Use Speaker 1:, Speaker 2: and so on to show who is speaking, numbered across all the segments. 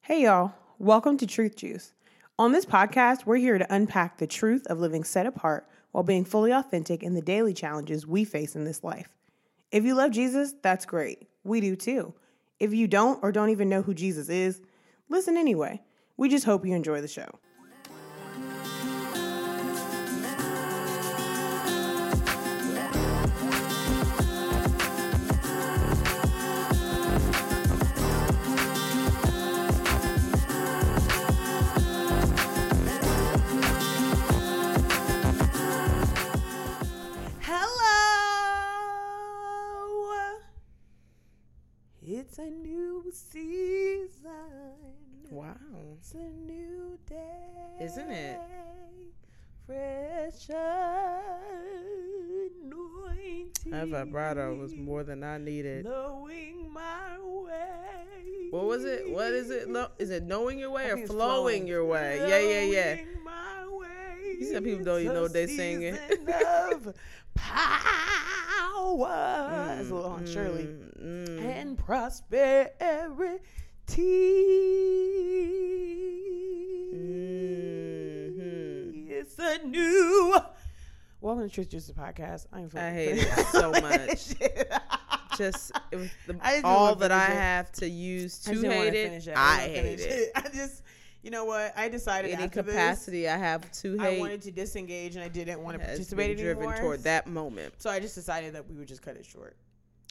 Speaker 1: Hey, y'all. Welcome to Truth Juice. On this podcast, we're here to unpack the truth of living set apart while being fully authentic in the daily challenges we face in this life. If you love Jesus, that's great. We do too. If you don't or don't even know who Jesus is, listen anyway. We just hope you enjoy the show. Hello!
Speaker 2: It's a new season.
Speaker 1: Wow.
Speaker 2: It's a new day.
Speaker 1: Isn't it?
Speaker 2: Fresh anointing.
Speaker 1: That vibrato was more than I needed.
Speaker 2: Knowing my way.
Speaker 1: What was it? What is it? Lo- Is it knowing your way or
Speaker 2: think it's
Speaker 1: flowing
Speaker 2: flowing.
Speaker 1: your way? Yeah, yeah, yeah.
Speaker 2: Knowing my way.
Speaker 1: You said people don't even
Speaker 2: It's
Speaker 1: know
Speaker 2: a
Speaker 1: what they singing.
Speaker 2: season of power. That's a little on Shirley.
Speaker 1: Mm, mm.
Speaker 2: and prosperity.
Speaker 1: Mm. Mhm.
Speaker 2: It's a new. Welcome to Truth Juice the Podcast. I, ain't
Speaker 1: I
Speaker 2: fucking-
Speaker 1: hate it so much.
Speaker 2: Shit.
Speaker 1: Just it was the,
Speaker 2: I just didn't
Speaker 1: all
Speaker 2: wanna
Speaker 1: that I
Speaker 2: finish it.
Speaker 1: have to use
Speaker 2: I just
Speaker 1: to
Speaker 2: didn't wanna
Speaker 1: hate
Speaker 2: finish
Speaker 1: it.
Speaker 2: it.
Speaker 1: I
Speaker 2: didn't wanna
Speaker 1: hate
Speaker 2: finish
Speaker 1: it.
Speaker 2: I just, you know what? I decided
Speaker 1: Any
Speaker 2: after this,
Speaker 1: capacity I have to
Speaker 2: I
Speaker 1: hate
Speaker 2: wanted to disengage and I didn't want to
Speaker 1: has
Speaker 2: participate
Speaker 1: been driven
Speaker 2: anymore.
Speaker 1: toward that moment.
Speaker 2: So I just decided that we would just cut it short.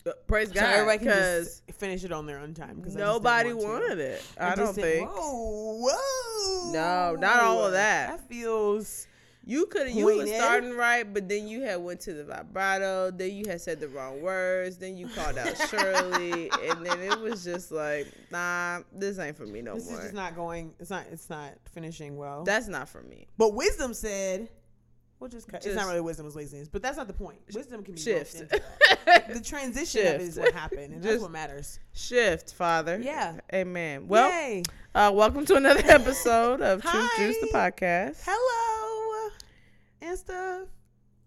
Speaker 1: But praise
Speaker 2: so
Speaker 1: God,
Speaker 2: everybody can
Speaker 1: because
Speaker 2: just finish it on their own time. 'cause I just didn't
Speaker 1: nobody
Speaker 2: want to.
Speaker 1: wanted it. I,
Speaker 2: just
Speaker 1: don't
Speaker 2: said,
Speaker 1: think
Speaker 2: Whoa, whoa.
Speaker 1: No, not all of that.
Speaker 2: That feels.
Speaker 1: you could. You was
Speaker 2: pointed.
Speaker 1: starting right, but then you had went to the vibrato. Then you had said the wrong words. Then you called out Shirley, and then it was just like, nah, this ain't for me no
Speaker 2: This
Speaker 1: more.
Speaker 2: is just not going. It's not. It's not finishing well.
Speaker 1: That's not for me.
Speaker 2: but wisdom said, "We'll just cut." it's
Speaker 1: Just-
Speaker 2: not really wisdom; it's laziness. But that's not the point. Wisdom can be
Speaker 1: Shift.
Speaker 2: shift. The transition of it is
Speaker 1: Shift.
Speaker 2: what happened, and
Speaker 1: Just-
Speaker 2: that's what matters.
Speaker 1: Shift, Father.
Speaker 2: Yeah.
Speaker 1: Amen. Well,
Speaker 2: Yay.
Speaker 1: uh, welcome to another episode of Truth Juice the
Speaker 2: Hi.
Speaker 1: podcast.
Speaker 2: hello, and stuff.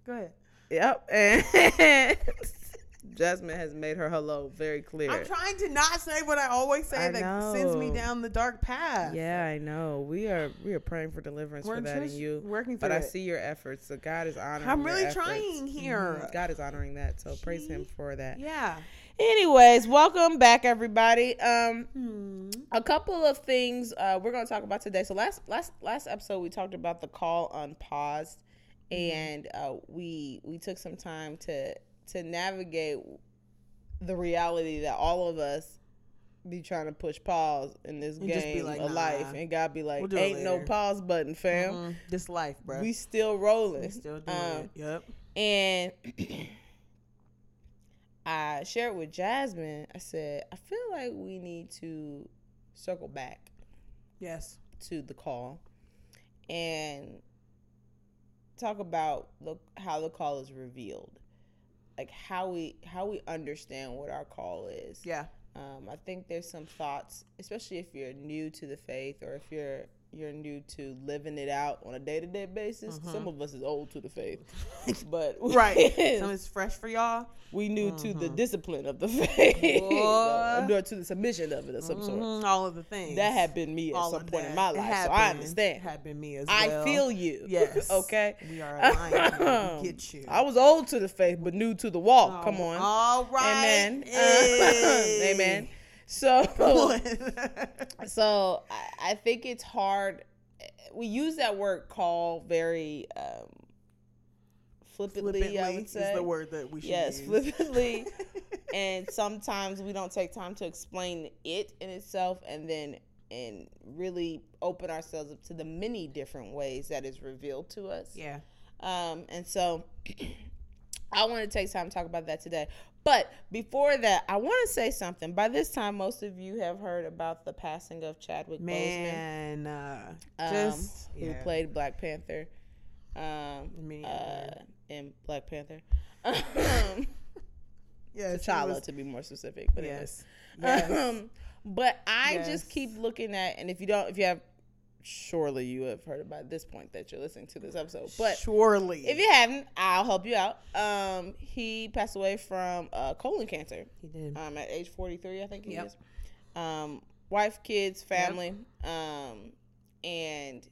Speaker 2: Go ahead.
Speaker 1: Yep. And Jasmine has made her hello very clear.
Speaker 2: I'm trying to not say what I always say
Speaker 1: I
Speaker 2: that sends me
Speaker 1: know.
Speaker 2: down the dark path.
Speaker 1: yeah, I know. We are we are praying for deliverance
Speaker 2: we're
Speaker 1: for that in
Speaker 2: just
Speaker 1: you.
Speaker 2: working through
Speaker 1: But I
Speaker 2: it.
Speaker 1: see your efforts. So God is honoring.
Speaker 2: I'm
Speaker 1: your
Speaker 2: really
Speaker 1: efforts.
Speaker 2: trying here.
Speaker 1: Mhm. God is honoring that. So praise Him for that.
Speaker 2: Yeah.
Speaker 1: Anyways, welcome back, everybody. Um,
Speaker 2: Hmm.
Speaker 1: a couple of things uh, we're going to talk about today. So last last last episode we talked about the call unpaused, and uh, we we took some time to to navigate the reality that all of us be trying to push pause in this
Speaker 2: And
Speaker 1: game
Speaker 2: just be like,
Speaker 1: of life,
Speaker 2: nah.
Speaker 1: and God be like,
Speaker 2: We'll do it
Speaker 1: ain't no
Speaker 2: later."
Speaker 1: pause button, fam.
Speaker 2: Mm, This life, bro.
Speaker 1: We still rolling.
Speaker 2: still doing
Speaker 1: Um,
Speaker 2: it. Yep.
Speaker 1: and I shared with Jasmine. I said, I feel like we need to circle back
Speaker 2: Yes.
Speaker 1: to the call and talk about the, how the call is revealed, like how we how we understand what our call is.
Speaker 2: Yeah.
Speaker 1: Um, I think there's some thoughts, especially if you're new to the faith or if you're you're new to living it out on a day to day basis. Some of us is old to the faith, but
Speaker 2: Mm-hmm. Right. so it's fresh for y'all.
Speaker 1: we new to the discipline of the faith,
Speaker 2: Boy.
Speaker 1: or to the submission of it of some sort.
Speaker 2: Mm, all of the things.
Speaker 1: That had been me at
Speaker 2: All
Speaker 1: some
Speaker 2: of
Speaker 1: point
Speaker 2: that.
Speaker 1: in my
Speaker 2: It
Speaker 1: life,
Speaker 2: had
Speaker 1: so I
Speaker 2: been-
Speaker 1: understand.
Speaker 2: Had been me as
Speaker 1: I
Speaker 2: well.
Speaker 1: feel you.
Speaker 2: Yes.
Speaker 1: okay.
Speaker 2: We are aligned. we get you.
Speaker 1: I was old to the faith, but new to the walk.
Speaker 2: Oh,
Speaker 1: Come on.
Speaker 2: All right.
Speaker 1: Amen. Uh,
Speaker 2: Hey.
Speaker 1: amen. So,
Speaker 2: Boy.
Speaker 1: so I, I think it's hard. We use that word "call" very um, flippantly,
Speaker 2: Flippantly
Speaker 1: I would say.
Speaker 2: is the word that we should
Speaker 1: yes,
Speaker 2: use.
Speaker 1: flippantly. and sometimes we don't take time to explain it in itself, and then and really open ourselves up to the many different ways that is revealed to us.
Speaker 2: yeah.
Speaker 1: Um, and so I want to take time to talk about that today. But before that, I want to say something. By this time, most of you have heard about the passing of Chadwick Boseman,
Speaker 2: Man. Uh,
Speaker 1: um,
Speaker 2: just.
Speaker 1: who
Speaker 2: yeah.
Speaker 1: played Black Panther um,
Speaker 2: Me
Speaker 1: uh,
Speaker 2: either.
Speaker 1: in Black Panther. Um,
Speaker 2: Yes, he
Speaker 1: T'Challa,
Speaker 2: was-
Speaker 1: to be more specific. But yes.
Speaker 2: Yes. Yes.
Speaker 1: Um, but I
Speaker 2: Yes.
Speaker 1: just keep looking at, and if you don't, if you have, surely you have heard about this point that you're listening to this episode. But
Speaker 2: Surely.
Speaker 1: If you haven't, I'll help you out. Um, he passed away from uh, colon cancer
Speaker 2: he did.
Speaker 1: um, at age 43, I think he
Speaker 2: Yep.
Speaker 1: is. Um, wife, kids, family. Um, and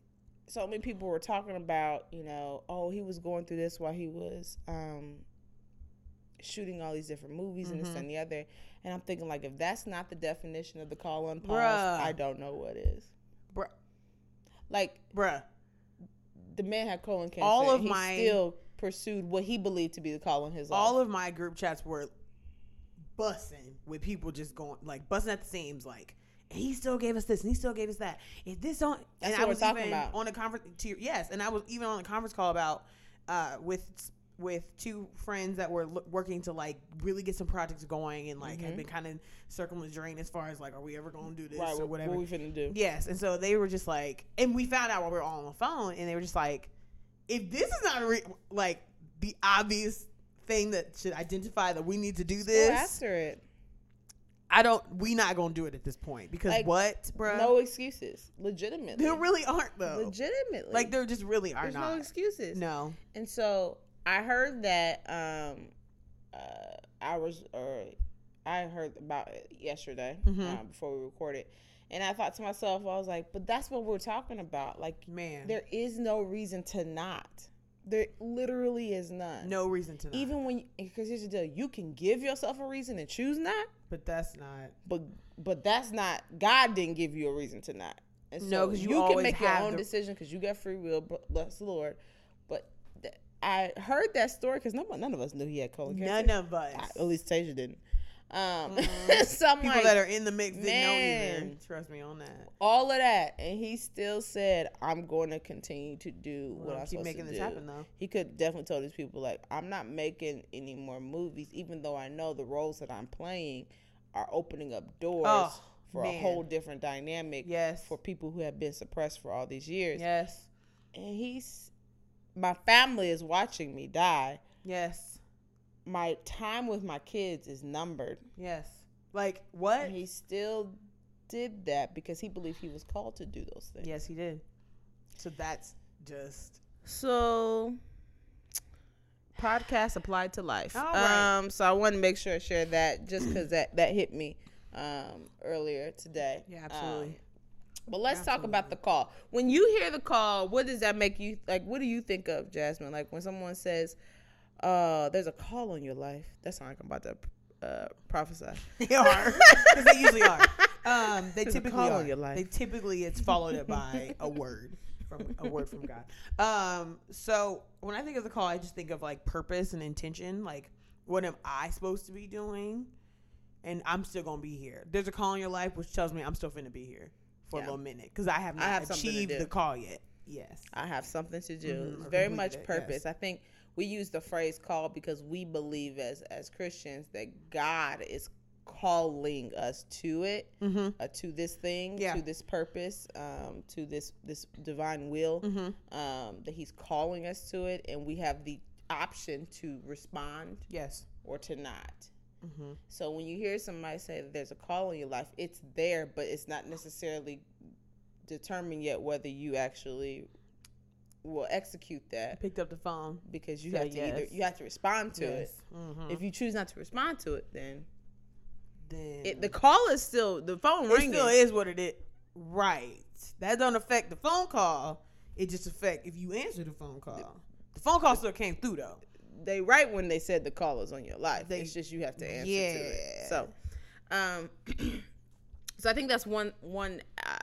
Speaker 1: so many people were talking about, you know, oh, he was going through this while he was um, shooting all these different movies and this
Speaker 2: Mm-hmm.
Speaker 1: and the other. And I'm thinking, like, if that's not the definition of the call on pause,
Speaker 2: Bruh.
Speaker 1: I don't know what is.
Speaker 2: Bruh.
Speaker 1: Like,
Speaker 2: Bruh.
Speaker 1: the man had colon cancer.
Speaker 2: All of
Speaker 1: and he
Speaker 2: my-
Speaker 1: still pursued what he believed to be the call on his life.
Speaker 2: All of my group chats were bussing with people just going like bussing at the seams like and he still gave us this and he still gave us that. If this don't and
Speaker 1: That's what
Speaker 2: I
Speaker 1: we're
Speaker 2: was
Speaker 1: talking
Speaker 2: even
Speaker 1: about.
Speaker 2: on a conference to your, yes, and I was even on a conference call about uh with with two friends that were lo- working to like really get some projects going and like had been kind of circling the drain as far as like are we ever going to do this
Speaker 1: Mm-hmm. right,
Speaker 2: or
Speaker 1: what-
Speaker 2: whatever.
Speaker 1: What we finna do?
Speaker 2: Yes, and so they were just like, and we found out while we were all on the phone, and they were just like, if this is not re- like the obvious thing that should identify that we need to do
Speaker 1: Go
Speaker 2: this,
Speaker 1: after it.
Speaker 2: I don't. We not gonna do it at this point because
Speaker 1: Like,
Speaker 2: what, bro?
Speaker 1: No excuses. Legitimately.
Speaker 2: there really aren't though.
Speaker 1: Legitimately.
Speaker 2: Like there just really are
Speaker 1: there's
Speaker 2: not.
Speaker 1: no excuses.
Speaker 2: no.
Speaker 1: And so I heard that um uh hours or I heard about it yesterday
Speaker 2: Mhm.
Speaker 1: uh, before we recorded. And I thought to myself, I was like, but that's what we're talking about. Like
Speaker 2: man,
Speaker 1: there is no reason to not. There literally is none.
Speaker 2: no reason to. Not.
Speaker 1: Even when because here's the deal, you can give yourself a reason and choose not,
Speaker 2: but that's not.
Speaker 1: but but that's not God didn't give you a reason to not. And
Speaker 2: No, 'cause you always
Speaker 1: can make
Speaker 2: have
Speaker 1: your own
Speaker 2: the-
Speaker 1: decision because you got free will. bl- Bless the Lord. But th- I heard that story because none, none of us knew he had colon cancer.
Speaker 2: None of us.
Speaker 1: I- at least Tasia didn't. Um, so I'm
Speaker 2: People
Speaker 1: like,
Speaker 2: that are in the mix didn't know either.
Speaker 1: man.
Speaker 2: Trust me on that.
Speaker 1: all of that, and he still said, "I'm going to continue to do
Speaker 2: Well,
Speaker 1: what I'm
Speaker 2: keep
Speaker 1: supposed
Speaker 2: making
Speaker 1: to
Speaker 2: this
Speaker 1: do."
Speaker 2: happen, though.
Speaker 1: He could definitely tell these people, like, "I'm not making any more movies, even though I know the roles that I'm playing are opening up doors
Speaker 2: Oh,
Speaker 1: for a
Speaker 2: man.
Speaker 1: whole different dynamic
Speaker 2: Yes.
Speaker 1: for people who have been suppressed for all these years."
Speaker 2: Yes.
Speaker 1: And he's, my family is watching me die.
Speaker 2: Yes.
Speaker 1: My time with my kids is numbered.
Speaker 2: Yes. Like what?
Speaker 1: And he still did that because he believed he was called to do those things.
Speaker 2: Yes, he did. So that's just
Speaker 1: So podcast applied to life.
Speaker 2: All right.
Speaker 1: Um so I wanted to make sure I shared that just cuz that that hit me um earlier today.
Speaker 2: Yeah, absolutely.
Speaker 1: Um, but let's talk about the call. When you hear the call, what does that make you like what do you think of, Jasmine? Like when someone says uh there's a call on your life. That sounds like I'm about to uh prophesy.
Speaker 2: they are because they usually are. Um, they
Speaker 1: There's a
Speaker 2: typically
Speaker 1: call
Speaker 2: are.
Speaker 1: on your life.
Speaker 2: They typically it's followed up by a word from a word from God. Um, so when I think of the call, I just think of like purpose and intention. Like, what am I supposed to be doing? And I'm still gonna be here. There's a call in your life which tells me I'm still finna be here for
Speaker 1: Yeah.
Speaker 2: a little minute because I have not
Speaker 1: have something to
Speaker 2: achieved
Speaker 1: do.
Speaker 2: the call yet. Yes.
Speaker 1: I have something to do.
Speaker 2: Mhm,
Speaker 1: It's
Speaker 2: or
Speaker 1: very
Speaker 2: complete
Speaker 1: much
Speaker 2: it, yes.
Speaker 1: purpose. I think we use the phrase call because we believe as as Christians that God is calling us to it,
Speaker 2: Mm-hmm.
Speaker 1: uh, to this thing,
Speaker 2: Yeah.
Speaker 1: to this purpose, um, to this this divine will.
Speaker 2: Mm-hmm.
Speaker 1: Um, that He's calling us to it, and we have the option to respond
Speaker 2: Yes.
Speaker 1: or to not.
Speaker 2: Mm-hmm.
Speaker 1: So when you hear somebody say that there's a call in your life, it's there, but it's not necessarily determined yet whether you actually will execute that
Speaker 2: Picked up the phone.
Speaker 1: because you
Speaker 2: Say
Speaker 1: have to either
Speaker 2: yes.
Speaker 1: you have to respond to it.
Speaker 2: Mm-hmm.
Speaker 1: If you choose not to respond to it, then
Speaker 2: then
Speaker 1: it, the call is still the phone
Speaker 2: it
Speaker 1: ringing.
Speaker 2: Mm-hmm. still is what it is. Right. That don't affect the phone call. It just affect if you answer the phone call. The phone call still came through though.
Speaker 1: they right when they said the call is on your life.
Speaker 2: They-
Speaker 1: it's just you have to answer to it.
Speaker 2: Yeah.
Speaker 1: So, um, so I think that's one one uh,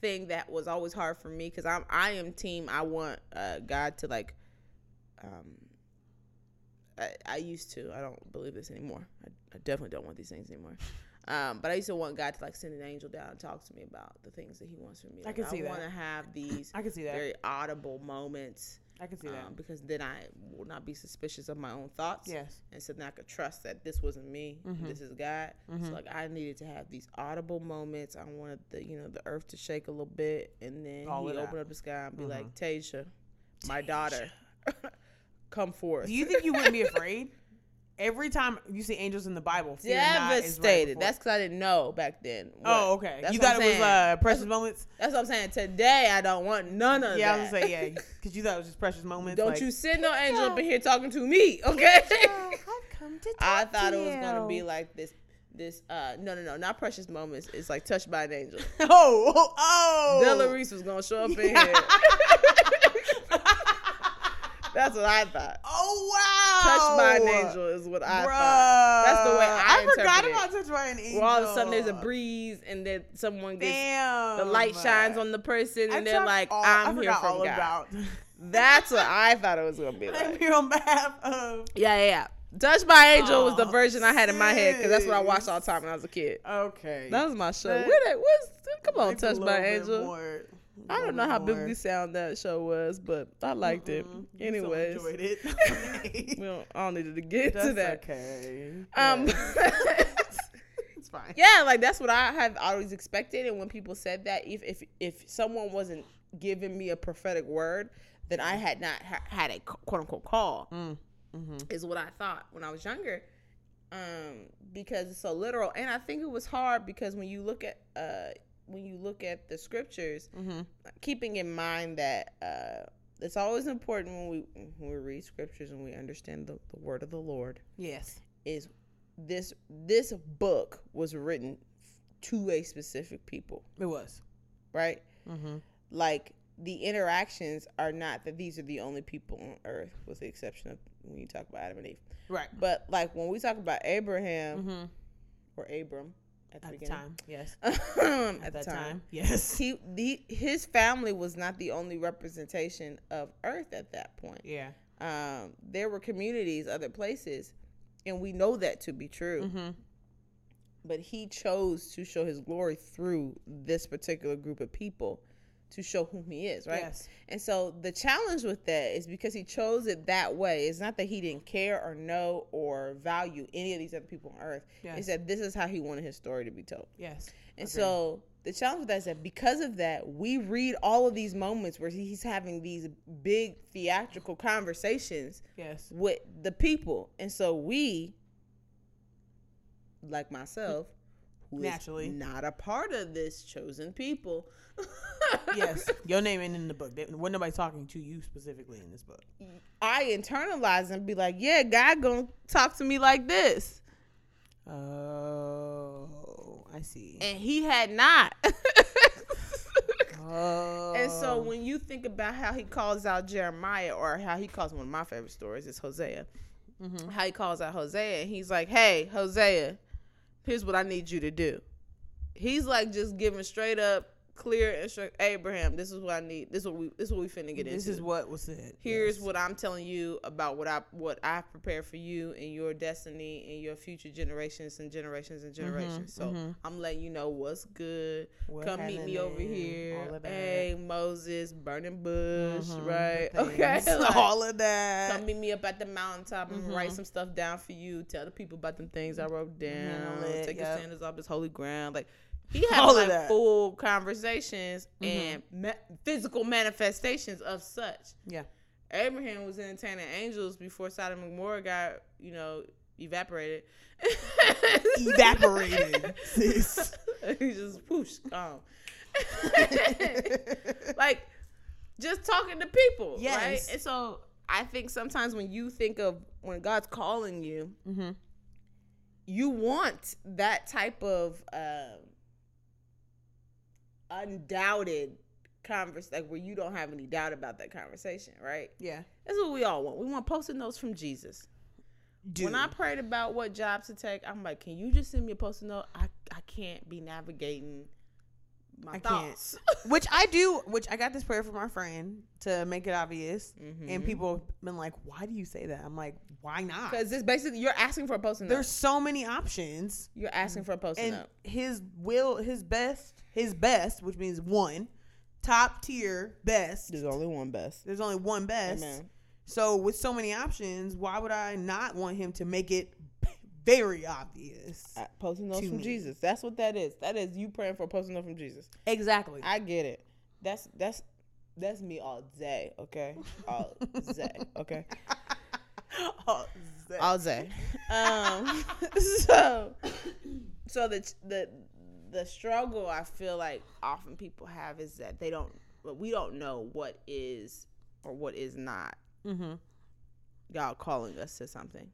Speaker 1: thing that was always hard for me because I'm I am team. I want uh, God to like. Um, I, I used to. I don't believe this anymore. I, I definitely don't want these things anymore. Um, but I used to want God to like send an angel down and talk to me about the things that He wants from me. Like,
Speaker 2: can see that.
Speaker 1: I want to have these
Speaker 2: I can see that.
Speaker 1: very audible moments
Speaker 2: I can see that.
Speaker 1: um, because then I will not be suspicious of my own thoughts.
Speaker 2: yes.
Speaker 1: And so then I could trust that this wasn't me.
Speaker 2: Mm-hmm.
Speaker 1: This is God. So like I needed to have these audible moments. I wanted the you know the earth to shake a little bit, and then
Speaker 2: Call
Speaker 1: He
Speaker 2: it out. Mm-hmm.
Speaker 1: opened up the sky and be like, Tasia, my daughter, come forth.
Speaker 2: Do you think you wouldn't be afraid? Every time you see angels in the Bible, fear not is right
Speaker 1: devastated?
Speaker 2: before-
Speaker 1: That's because I didn't know back then.
Speaker 2: oh
Speaker 1: what-
Speaker 2: okay.
Speaker 1: That's
Speaker 2: you
Speaker 1: what I'm
Speaker 2: thought it was
Speaker 1: saying.
Speaker 2: uh, precious moments.
Speaker 1: That's what I'm saying. Today I don't want none of
Speaker 2: Yeah, I
Speaker 1: that.
Speaker 2: was gonna say yeah, because you thought it was just precious moments.
Speaker 1: Don't
Speaker 2: like,
Speaker 1: you send no angel up in here talking to me, okay?
Speaker 3: I've come to
Speaker 1: I thought it was gonna be like this this uh no no no not precious moments it's like touched by an angel
Speaker 2: Oh, oh, oh.
Speaker 1: Della Reese was gonna show up in here that's what i thought touched
Speaker 2: oh wow.
Speaker 1: by an angel is what i
Speaker 2: Bruh.
Speaker 1: thought That's the way I
Speaker 2: I forgot
Speaker 1: interpret it.
Speaker 2: about touched by an angel.
Speaker 1: where all of a sudden there's a breeze and then someone gets
Speaker 2: Damn.
Speaker 1: the light shines on the person and
Speaker 2: I
Speaker 1: they're
Speaker 2: talked
Speaker 1: like
Speaker 2: all- I
Speaker 1: i'm here
Speaker 2: forgot
Speaker 1: from
Speaker 2: all
Speaker 1: god
Speaker 2: about.
Speaker 1: that's what i thought it was gonna be
Speaker 2: I'm
Speaker 1: like
Speaker 2: here on behalf of.
Speaker 1: yeah yeah yeah touched by angel was the
Speaker 2: Aw,
Speaker 1: version i had in my head because that's what i watched all the
Speaker 2: sis.
Speaker 1: time when i was a kid
Speaker 2: Okay.
Speaker 1: that was my show
Speaker 2: That-
Speaker 1: where that was come on
Speaker 2: Like a
Speaker 1: touched
Speaker 2: little
Speaker 1: by
Speaker 2: bit
Speaker 1: angel
Speaker 2: more-
Speaker 1: I
Speaker 2: little
Speaker 1: don't know
Speaker 2: bit
Speaker 1: how
Speaker 2: more.
Speaker 1: biblically sound that show was, but I liked
Speaker 2: Mm-mm.
Speaker 1: it.
Speaker 2: You still
Speaker 1: Anyways,
Speaker 2: enjoyed
Speaker 1: we
Speaker 2: it.
Speaker 1: don't all needed to get
Speaker 2: That's
Speaker 1: to that.
Speaker 2: okay.
Speaker 1: Um,
Speaker 2: Yeah, it's fine.
Speaker 1: yeah, like that's what I have always expected, and when people said that, if if if someone wasn't giving me a prophetic word, then I had not ha- had a quote unquote call.
Speaker 2: Mm. Mm-hmm.
Speaker 1: is what I thought when I was younger, um, because it's so literal. And I think it was hard because when you look at uh, when you look at the scriptures,
Speaker 2: Mhm.
Speaker 1: keeping in mind that uh, it's always important when we when we read scriptures and we understand the, the word of the Lord
Speaker 2: Yes.
Speaker 1: is this this book was written to a specific people,
Speaker 2: It was.
Speaker 1: right?
Speaker 2: Mm-hmm.
Speaker 1: like the interactions are not that these are the only people on earth with the exception of when you talk about adam and eve
Speaker 2: Right.
Speaker 1: but like when we talk about abraham
Speaker 2: Mm-hmm.
Speaker 1: or abram at the
Speaker 2: At the
Speaker 1: beginning
Speaker 2: time. Yes.
Speaker 1: at,
Speaker 2: At
Speaker 1: the
Speaker 2: that
Speaker 1: time,
Speaker 2: time. Yes.
Speaker 1: He, the, his family was not the only representation of earth at that point
Speaker 2: Yeah.
Speaker 1: um, there were communities other places and we know that to be true
Speaker 2: Mm-hmm.
Speaker 1: but he chose to show his glory through this particular group of people to show whom he is right
Speaker 2: Yes.
Speaker 1: And so the challenge with that is because he chose it that way. It's not that he didn't care or know or value any of these other people on earth.
Speaker 2: Yes.
Speaker 1: It's that this is how he wanted his story to be told.
Speaker 2: Yes.
Speaker 1: And
Speaker 2: Agreed.
Speaker 1: so the challenge with that is that because of that, we read all of these moments where he's having these big theatrical conversations
Speaker 2: Yes.
Speaker 1: with the people. And so we, like myself, who is
Speaker 2: Naturally.
Speaker 1: not a part of this chosen people.
Speaker 2: Yes. Your name ain't in the book. They, wasn't nobody talking to you specifically in this book.
Speaker 1: I internalize and be like, yeah, God gonna talk to me like this,
Speaker 2: Oh, I see.
Speaker 1: and He had not.
Speaker 2: Oh.
Speaker 1: and so when you think about how He calls out Jeremiah, or how He calls one of my favorite stories is Hosea,
Speaker 2: Mhm.
Speaker 1: how He calls out Hosea, and He's like, hey, Hosea, here's what I need you to do. He's like just giving straight up, clear instruct Abraham. This is what I need. This is what we. This is what we finna get into.
Speaker 2: this is what was said.
Speaker 1: here's
Speaker 2: Yes.
Speaker 1: what I'm telling you about what I what I've prepared for you and your destiny and your future generations and generations and generations. so
Speaker 2: mhm.
Speaker 1: I'm letting you know what's good.
Speaker 2: What
Speaker 1: Come meet me over
Speaker 2: happening,
Speaker 1: here.
Speaker 2: all of that.
Speaker 1: Hey Moses, burning bush,
Speaker 2: Mhm,
Speaker 1: right?
Speaker 2: the
Speaker 1: Okay.
Speaker 2: things,
Speaker 1: like,
Speaker 2: all of that.
Speaker 1: Come meet me up at the mountaintop and write
Speaker 2: Mhm.
Speaker 1: some stuff down for you. Tell the people about them things I wrote down.
Speaker 2: Handle it,
Speaker 1: Take
Speaker 2: yep.
Speaker 1: your sandals off this holy ground. Like he had
Speaker 2: All of
Speaker 1: like
Speaker 2: that.
Speaker 1: full conversations
Speaker 2: Mhm.
Speaker 1: and ma- physical manifestations of such.
Speaker 2: Yeah.
Speaker 1: Abraham was entertaining angels before Sodom and Gomorrah got, you know, evaporated.
Speaker 2: Evaporated, sis.
Speaker 1: he just whoosh gone.
Speaker 2: Mm-hmm.
Speaker 1: like just talking to people, right?
Speaker 2: Yes.
Speaker 1: And so I think sometimes when you think of when God's calling you,
Speaker 2: Mm-hmm.
Speaker 1: you want that type of um undoubted converse, like where you don't have any doubt about that conversation, right?
Speaker 2: Yeah.
Speaker 1: That's what we all want. We want post-it notes from Jesus.
Speaker 2: Dude.
Speaker 1: When I prayed about what jobs to take, I'm like, can you just send me a post-it note? I, I can't be navigating my
Speaker 2: I can't.
Speaker 1: thoughts.
Speaker 2: which I do, which I got this prayer from my friend to make it obvious, and
Speaker 1: Mhm.
Speaker 2: people have been like, "Why do you say that?" I'm like, "Why not?"
Speaker 1: Because it's basically, you're asking for a post-it note.
Speaker 2: There's so many options,
Speaker 1: You're asking for a post-it
Speaker 2: and
Speaker 1: note.
Speaker 2: his will, his best, his best, which means one top tier best.
Speaker 1: only one best.
Speaker 2: There's only one best.
Speaker 1: Amen.
Speaker 2: So with so many options, why would I not want him to make it very obvious?
Speaker 1: Uh, Post-it notes
Speaker 2: To
Speaker 1: from
Speaker 2: me.
Speaker 1: Jesus. That's what that is. That is you praying for a post-it note from Jesus.
Speaker 2: Exactly.
Speaker 1: I get it. That's that's that's me all day, okay? All day, okay?
Speaker 2: Oh, Zach.
Speaker 1: all day. Um, so, so the the the struggle I feel like often people have is that they don't, well, we don't know what is or what is not
Speaker 2: Mhm.
Speaker 1: God calling us to something.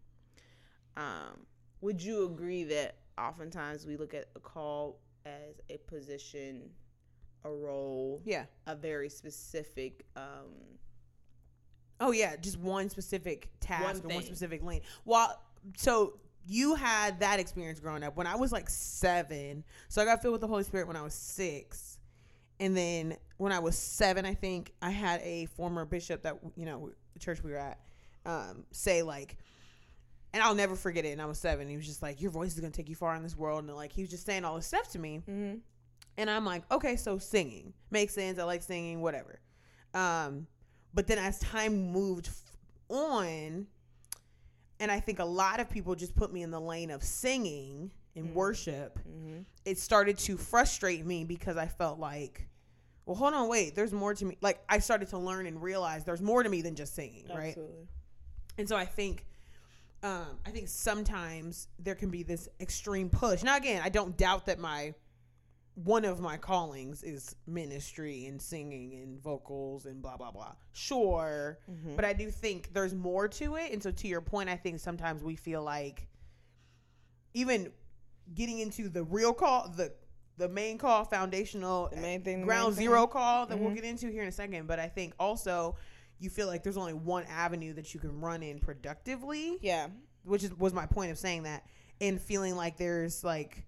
Speaker 1: Um, would you agree that
Speaker 4: oftentimes we look at a call as a position, a role,
Speaker 2: Yeah.
Speaker 4: a very specific um
Speaker 2: Oh yeah, just one specific task
Speaker 4: One
Speaker 2: or one
Speaker 4: thing.
Speaker 2: specific lane. Well, so you had that experience growing up. When I was like seven, so I got filled with the Holy Spirit when I was six, and then when I was seven, I think I had a former bishop that you know the church we were at um, say like. And I'll never forget it. And I was seven. He was just like, "Your voice is gonna take you far in this world." And like, he was just saying all this stuff to me.
Speaker 1: Mm-hmm.
Speaker 2: And I'm like, okay, so singing makes sense. I like singing, whatever. Um, but then as time moved f- on, and I think a lot of people just put me in the lane of singing and worship,
Speaker 1: Mm-hmm.
Speaker 2: it started to frustrate me because I felt like, well, hold on, wait, there's more to me. Like, I started to learn and realize there's more to me than just singing, right? And so I think um, I think sometimes there can be this extreme push. Now again, I don't doubt that my one of my callings is ministry and singing and vocals and blah blah blah. Sure,
Speaker 1: Mm-hmm.
Speaker 2: but I do think there's more to it. And so to your point, I think sometimes we feel like even getting into the real call the the main call foundational
Speaker 1: The main thing, the
Speaker 2: ground
Speaker 1: main thing. Mm-hmm.
Speaker 2: zero call that we'll get into here in a second but i think also you feel like there's only one avenue that you can run in productively
Speaker 1: Yeah.
Speaker 2: which is, was my point of saying that and feeling like there's like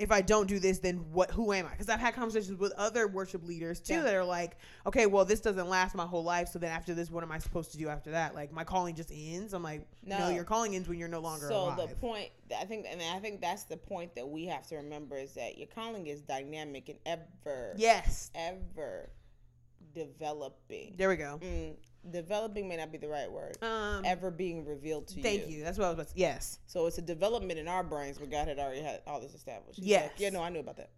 Speaker 2: if i don't do this then what who am i because i've had conversations with other worship leaders too
Speaker 1: Yeah.
Speaker 2: that are like okay well this doesn't last my whole life so then after this what am i supposed to do after that like my calling just ends i'm like no,
Speaker 1: No.
Speaker 2: your calling ends when you're no longer
Speaker 1: So
Speaker 2: alive
Speaker 1: the point I think, and I think that's the point that we have to remember is that your calling is dynamic and ever,
Speaker 2: yes
Speaker 1: ever developing.
Speaker 2: there we go
Speaker 1: Mm, developing may not be the right word.
Speaker 2: um
Speaker 1: ever being revealed to you.
Speaker 2: thank you that's what i was about to yes
Speaker 1: So it's a development in our brains where God had already had all this established. He's
Speaker 2: Yes.
Speaker 1: Like, yeah, no, I knew about that.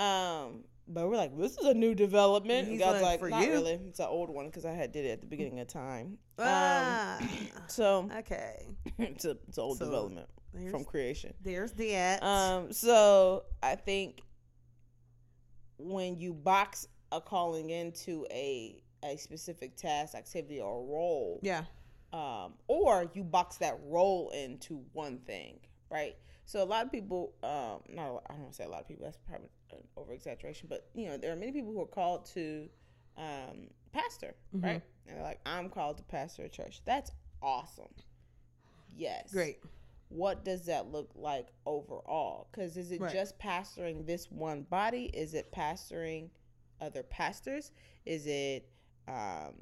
Speaker 1: Um, but we're like, this is a new development. And
Speaker 2: He's
Speaker 1: God's
Speaker 2: like,
Speaker 1: like,
Speaker 2: "For
Speaker 1: not
Speaker 2: you."
Speaker 1: really. It's an old one because I had did it at the beginning of time. Um,
Speaker 2: Ah,
Speaker 1: so
Speaker 2: okay
Speaker 1: it's, a, it's an old
Speaker 2: So,
Speaker 1: development
Speaker 2: there's,
Speaker 1: from creation.
Speaker 2: there's the at.
Speaker 1: Um, so I think when you box a calling into a a specific task, activity, or role,
Speaker 2: yeah
Speaker 1: um, or you box that role into one thing, right? So a lot of people, um, not a lot, I don't want to say a lot of people. That's probably an over exaggeration, but you know there are many people who are called to um, pastor, right? And they're like, I'm called to pastor a church. That's awesome. Yes,
Speaker 2: great
Speaker 1: What does that look like overall? Because is it
Speaker 2: Right.
Speaker 1: just pastoring this one body? Is it pastoring other pastors? Is it um,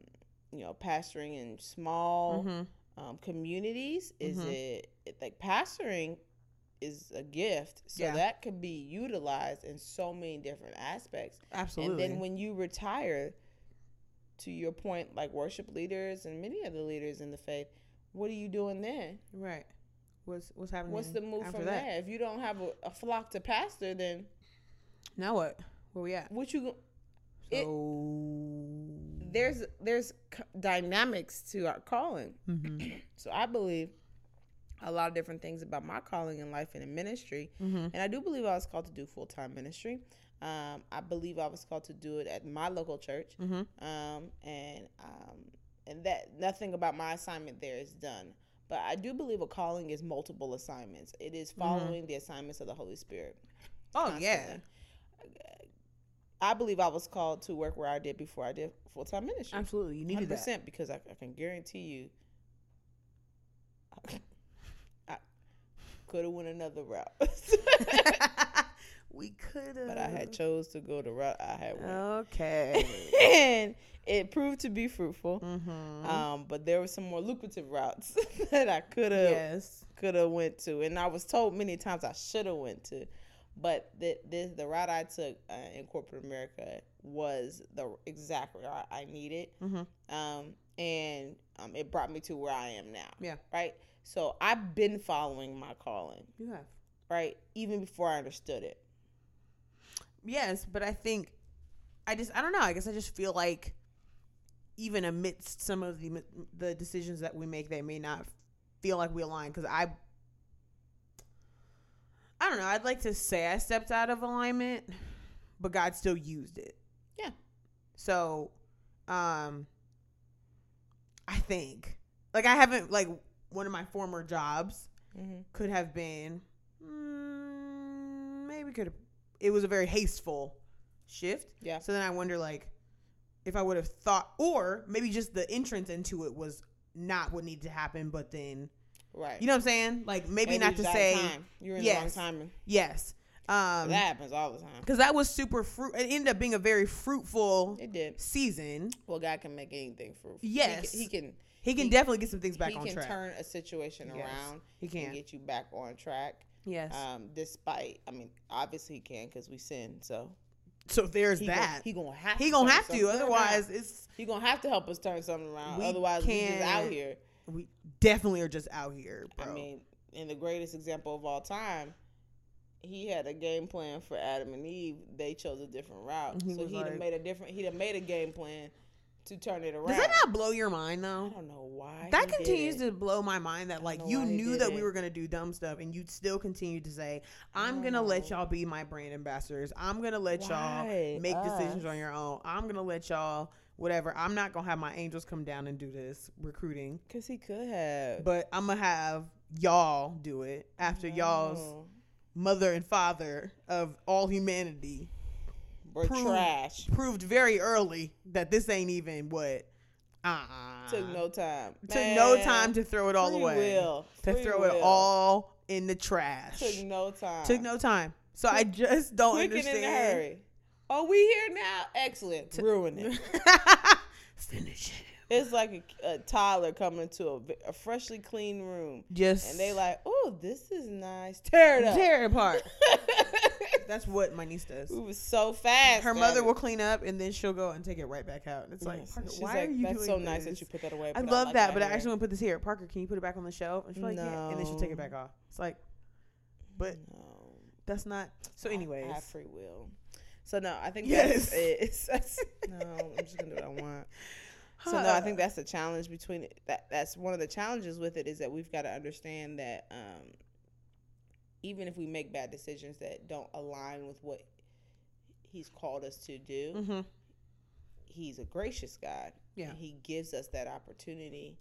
Speaker 1: you know pastoring in small
Speaker 2: hmm
Speaker 1: um, communities? Is
Speaker 2: Mhm.
Speaker 1: it, it like pastoring is a gift, so
Speaker 2: Yeah.
Speaker 1: that could be utilized in so many different aspects.
Speaker 2: absolutely
Speaker 1: And then when you retire, to your point, like worship leaders and many other leaders in the faith, what are you doing then?
Speaker 2: Right. What's what's happening?
Speaker 1: What's the move
Speaker 2: after
Speaker 1: from
Speaker 2: that?
Speaker 1: there? If you don't have a, a flock to pastor, then
Speaker 2: Now what? Where we at?
Speaker 1: what you go- It-
Speaker 2: So
Speaker 1: there's there's c- dynamics to our calling.
Speaker 2: Mhm.
Speaker 1: So I believe a lot of different things about my calling in life and in ministry.
Speaker 2: Mhm.
Speaker 1: And I do believe I was called to do full time ministry. Um, I believe I was called to do it at my local church.
Speaker 2: Mhm.
Speaker 1: Um, and um, and that nothing about my assignment there is done. But I do believe a calling is multiple assignments. It is
Speaker 2: Mm-hmm.
Speaker 1: following the assignments of the Holy Spirit.
Speaker 2: Oh yeah.
Speaker 1: constantly. I believe I was called to work where I did before I did full time ministry.
Speaker 2: Absolutely. You needed
Speaker 1: Hundred
Speaker 2: that.
Speaker 1: percent, because I, I can guarantee you, I could have went another route,
Speaker 2: we could have
Speaker 1: but I had chose to go the route I had
Speaker 2: Oh.
Speaker 1: went,
Speaker 2: Okay.
Speaker 1: and it proved to be fruitful.
Speaker 2: mm-hmm.
Speaker 1: Um, but there were some more lucrative routes that I could have
Speaker 2: yes.
Speaker 1: could have went to, and I was told many times I should have went to, but the the, the route I took uh, in corporate America was the exact route I needed,
Speaker 2: Mhm.
Speaker 1: um, and um, it brought me to where I am now.
Speaker 2: Yeah.
Speaker 1: Right. So I've been following my calling,
Speaker 2: You have.
Speaker 1: right, even before I understood it.
Speaker 2: Yes, but I think I just I don't know. I guess I just feel like even amidst some of the the decisions that we make, they may not feel like we align because I I don't know. I'd like to say I stepped out of alignment, but God still used it.
Speaker 1: Yeah.
Speaker 2: So, um, I think like I haven't like one of my former jobs
Speaker 1: Mm-hmm.
Speaker 2: could have been mm, maybe could have. It was a very hasteful shift.
Speaker 1: Yeah.
Speaker 2: So then I wonder, like, if I would have thought, or maybe just the entrance into it was not what needed to happen, but then,
Speaker 1: Right.
Speaker 2: you know what I'm saying? Like, maybe,
Speaker 1: Maybe
Speaker 2: not
Speaker 1: it's
Speaker 2: to
Speaker 1: out of
Speaker 2: say
Speaker 1: time. you're in
Speaker 2: yes.
Speaker 1: the wrong timing.
Speaker 2: yes. Um,
Speaker 1: That happens all the time.
Speaker 2: because that was super fruit. It ended up being a very fruitful
Speaker 1: It did.
Speaker 2: season.
Speaker 1: Well, God can make anything fruitful.
Speaker 2: Yes.
Speaker 1: he can.
Speaker 2: He can
Speaker 1: He-
Speaker 2: definitely get some things
Speaker 1: He
Speaker 2: back
Speaker 1: can,
Speaker 2: on
Speaker 1: he can
Speaker 2: track.
Speaker 1: turn a situation
Speaker 2: Yes,
Speaker 1: around.
Speaker 2: he can. Uh,
Speaker 1: and get you back on track.
Speaker 2: yes.
Speaker 1: Um, despite, I mean, obviously he can because we sin. So
Speaker 2: so there's
Speaker 1: he
Speaker 2: that.
Speaker 1: Gonna, he gonna have.
Speaker 2: he gonna
Speaker 1: turn
Speaker 2: have
Speaker 1: something
Speaker 2: to.
Speaker 1: around.
Speaker 2: Otherwise, it's
Speaker 1: he gonna have to help us turn something around.
Speaker 2: We
Speaker 1: Otherwise, we just out
Speaker 2: can't,
Speaker 1: here.
Speaker 2: we definitely are just out here, bro.
Speaker 1: I mean, in the greatest example of all time, he had a game plan for Adam and Eve. They chose a different route,
Speaker 2: He
Speaker 1: so
Speaker 2: was
Speaker 1: he'd have
Speaker 2: like-
Speaker 1: made a different. He'd have made a game plan to turn it around.
Speaker 2: Does that not blow your mind
Speaker 1: Oh, I
Speaker 2: though?
Speaker 1: don't know why
Speaker 2: That
Speaker 1: he did
Speaker 2: continues
Speaker 1: it.
Speaker 2: to blow my mind that like
Speaker 1: know
Speaker 2: you
Speaker 1: why he
Speaker 2: knew
Speaker 1: did Oh,
Speaker 2: that we
Speaker 1: it.
Speaker 2: were gonna do dumb stuff and you'd still continue to say,
Speaker 1: I
Speaker 2: I'm
Speaker 1: don't
Speaker 2: gonna let
Speaker 1: know.
Speaker 2: y'all be my brand ambassadors. I'm gonna let
Speaker 1: Why
Speaker 2: y'all make decisions
Speaker 1: us?
Speaker 2: on your own. I'm gonna let y'all whatever. I'm not gonna have my angels come down and do this recruiting.
Speaker 1: Cause he could have.
Speaker 2: But I'm gonna have y'all do it after y'all's
Speaker 1: No.
Speaker 2: mother and father of all humanity
Speaker 1: we're
Speaker 2: prove-
Speaker 1: trash.
Speaker 2: proved very early that this ain't even what uh uh
Speaker 1: Took no time.
Speaker 2: took no
Speaker 1: Man,
Speaker 2: time to throw it all
Speaker 1: free
Speaker 2: away.
Speaker 1: Will.
Speaker 2: to
Speaker 1: Free
Speaker 2: throw it
Speaker 1: will.
Speaker 2: all in the trash.
Speaker 1: Took no time.
Speaker 2: Took no time. So I just don't
Speaker 1: Quick and in a
Speaker 2: understand.
Speaker 1: hurry. Oh, we here now. Excellent. Ruin it.
Speaker 2: Finish it.
Speaker 1: It's like a, a toddler coming to a, v- a freshly clean room,
Speaker 2: Just
Speaker 1: and they like, "Oh, this is nice. Tear it up."
Speaker 2: tear it apart. That's what my niece does.
Speaker 1: we was so fast.
Speaker 2: Her mother
Speaker 1: Gabby.
Speaker 2: will clean up and then she'll go and take it right back out. And it's like,
Speaker 1: Yes.
Speaker 2: Parker,
Speaker 1: She's
Speaker 2: why
Speaker 1: like,
Speaker 2: are you
Speaker 1: That's
Speaker 2: doing
Speaker 1: so nice
Speaker 2: this?
Speaker 1: that you put that away.
Speaker 2: I
Speaker 1: but
Speaker 2: love
Speaker 1: like it
Speaker 2: that, but I
Speaker 1: anyway."
Speaker 2: actually want to put this here. Parker, can you put it back on the shelf? And she's like, yeah. And then she'll take it back off. It's like, but
Speaker 1: No.
Speaker 2: that's not. So,
Speaker 1: Mm. I-
Speaker 2: anyways.
Speaker 1: I have free will. So no, I think
Speaker 2: Yes.
Speaker 1: yes. that's it. no, I'm just gonna do what I want. So no, I think that's the challenge between it. That that's one of the challenges with it is that we've got to understand that um, even if we make bad decisions that don't align with what He's called us to do,
Speaker 2: hmm
Speaker 1: He's a gracious God.
Speaker 2: Yeah.
Speaker 1: and He gives us that opportunity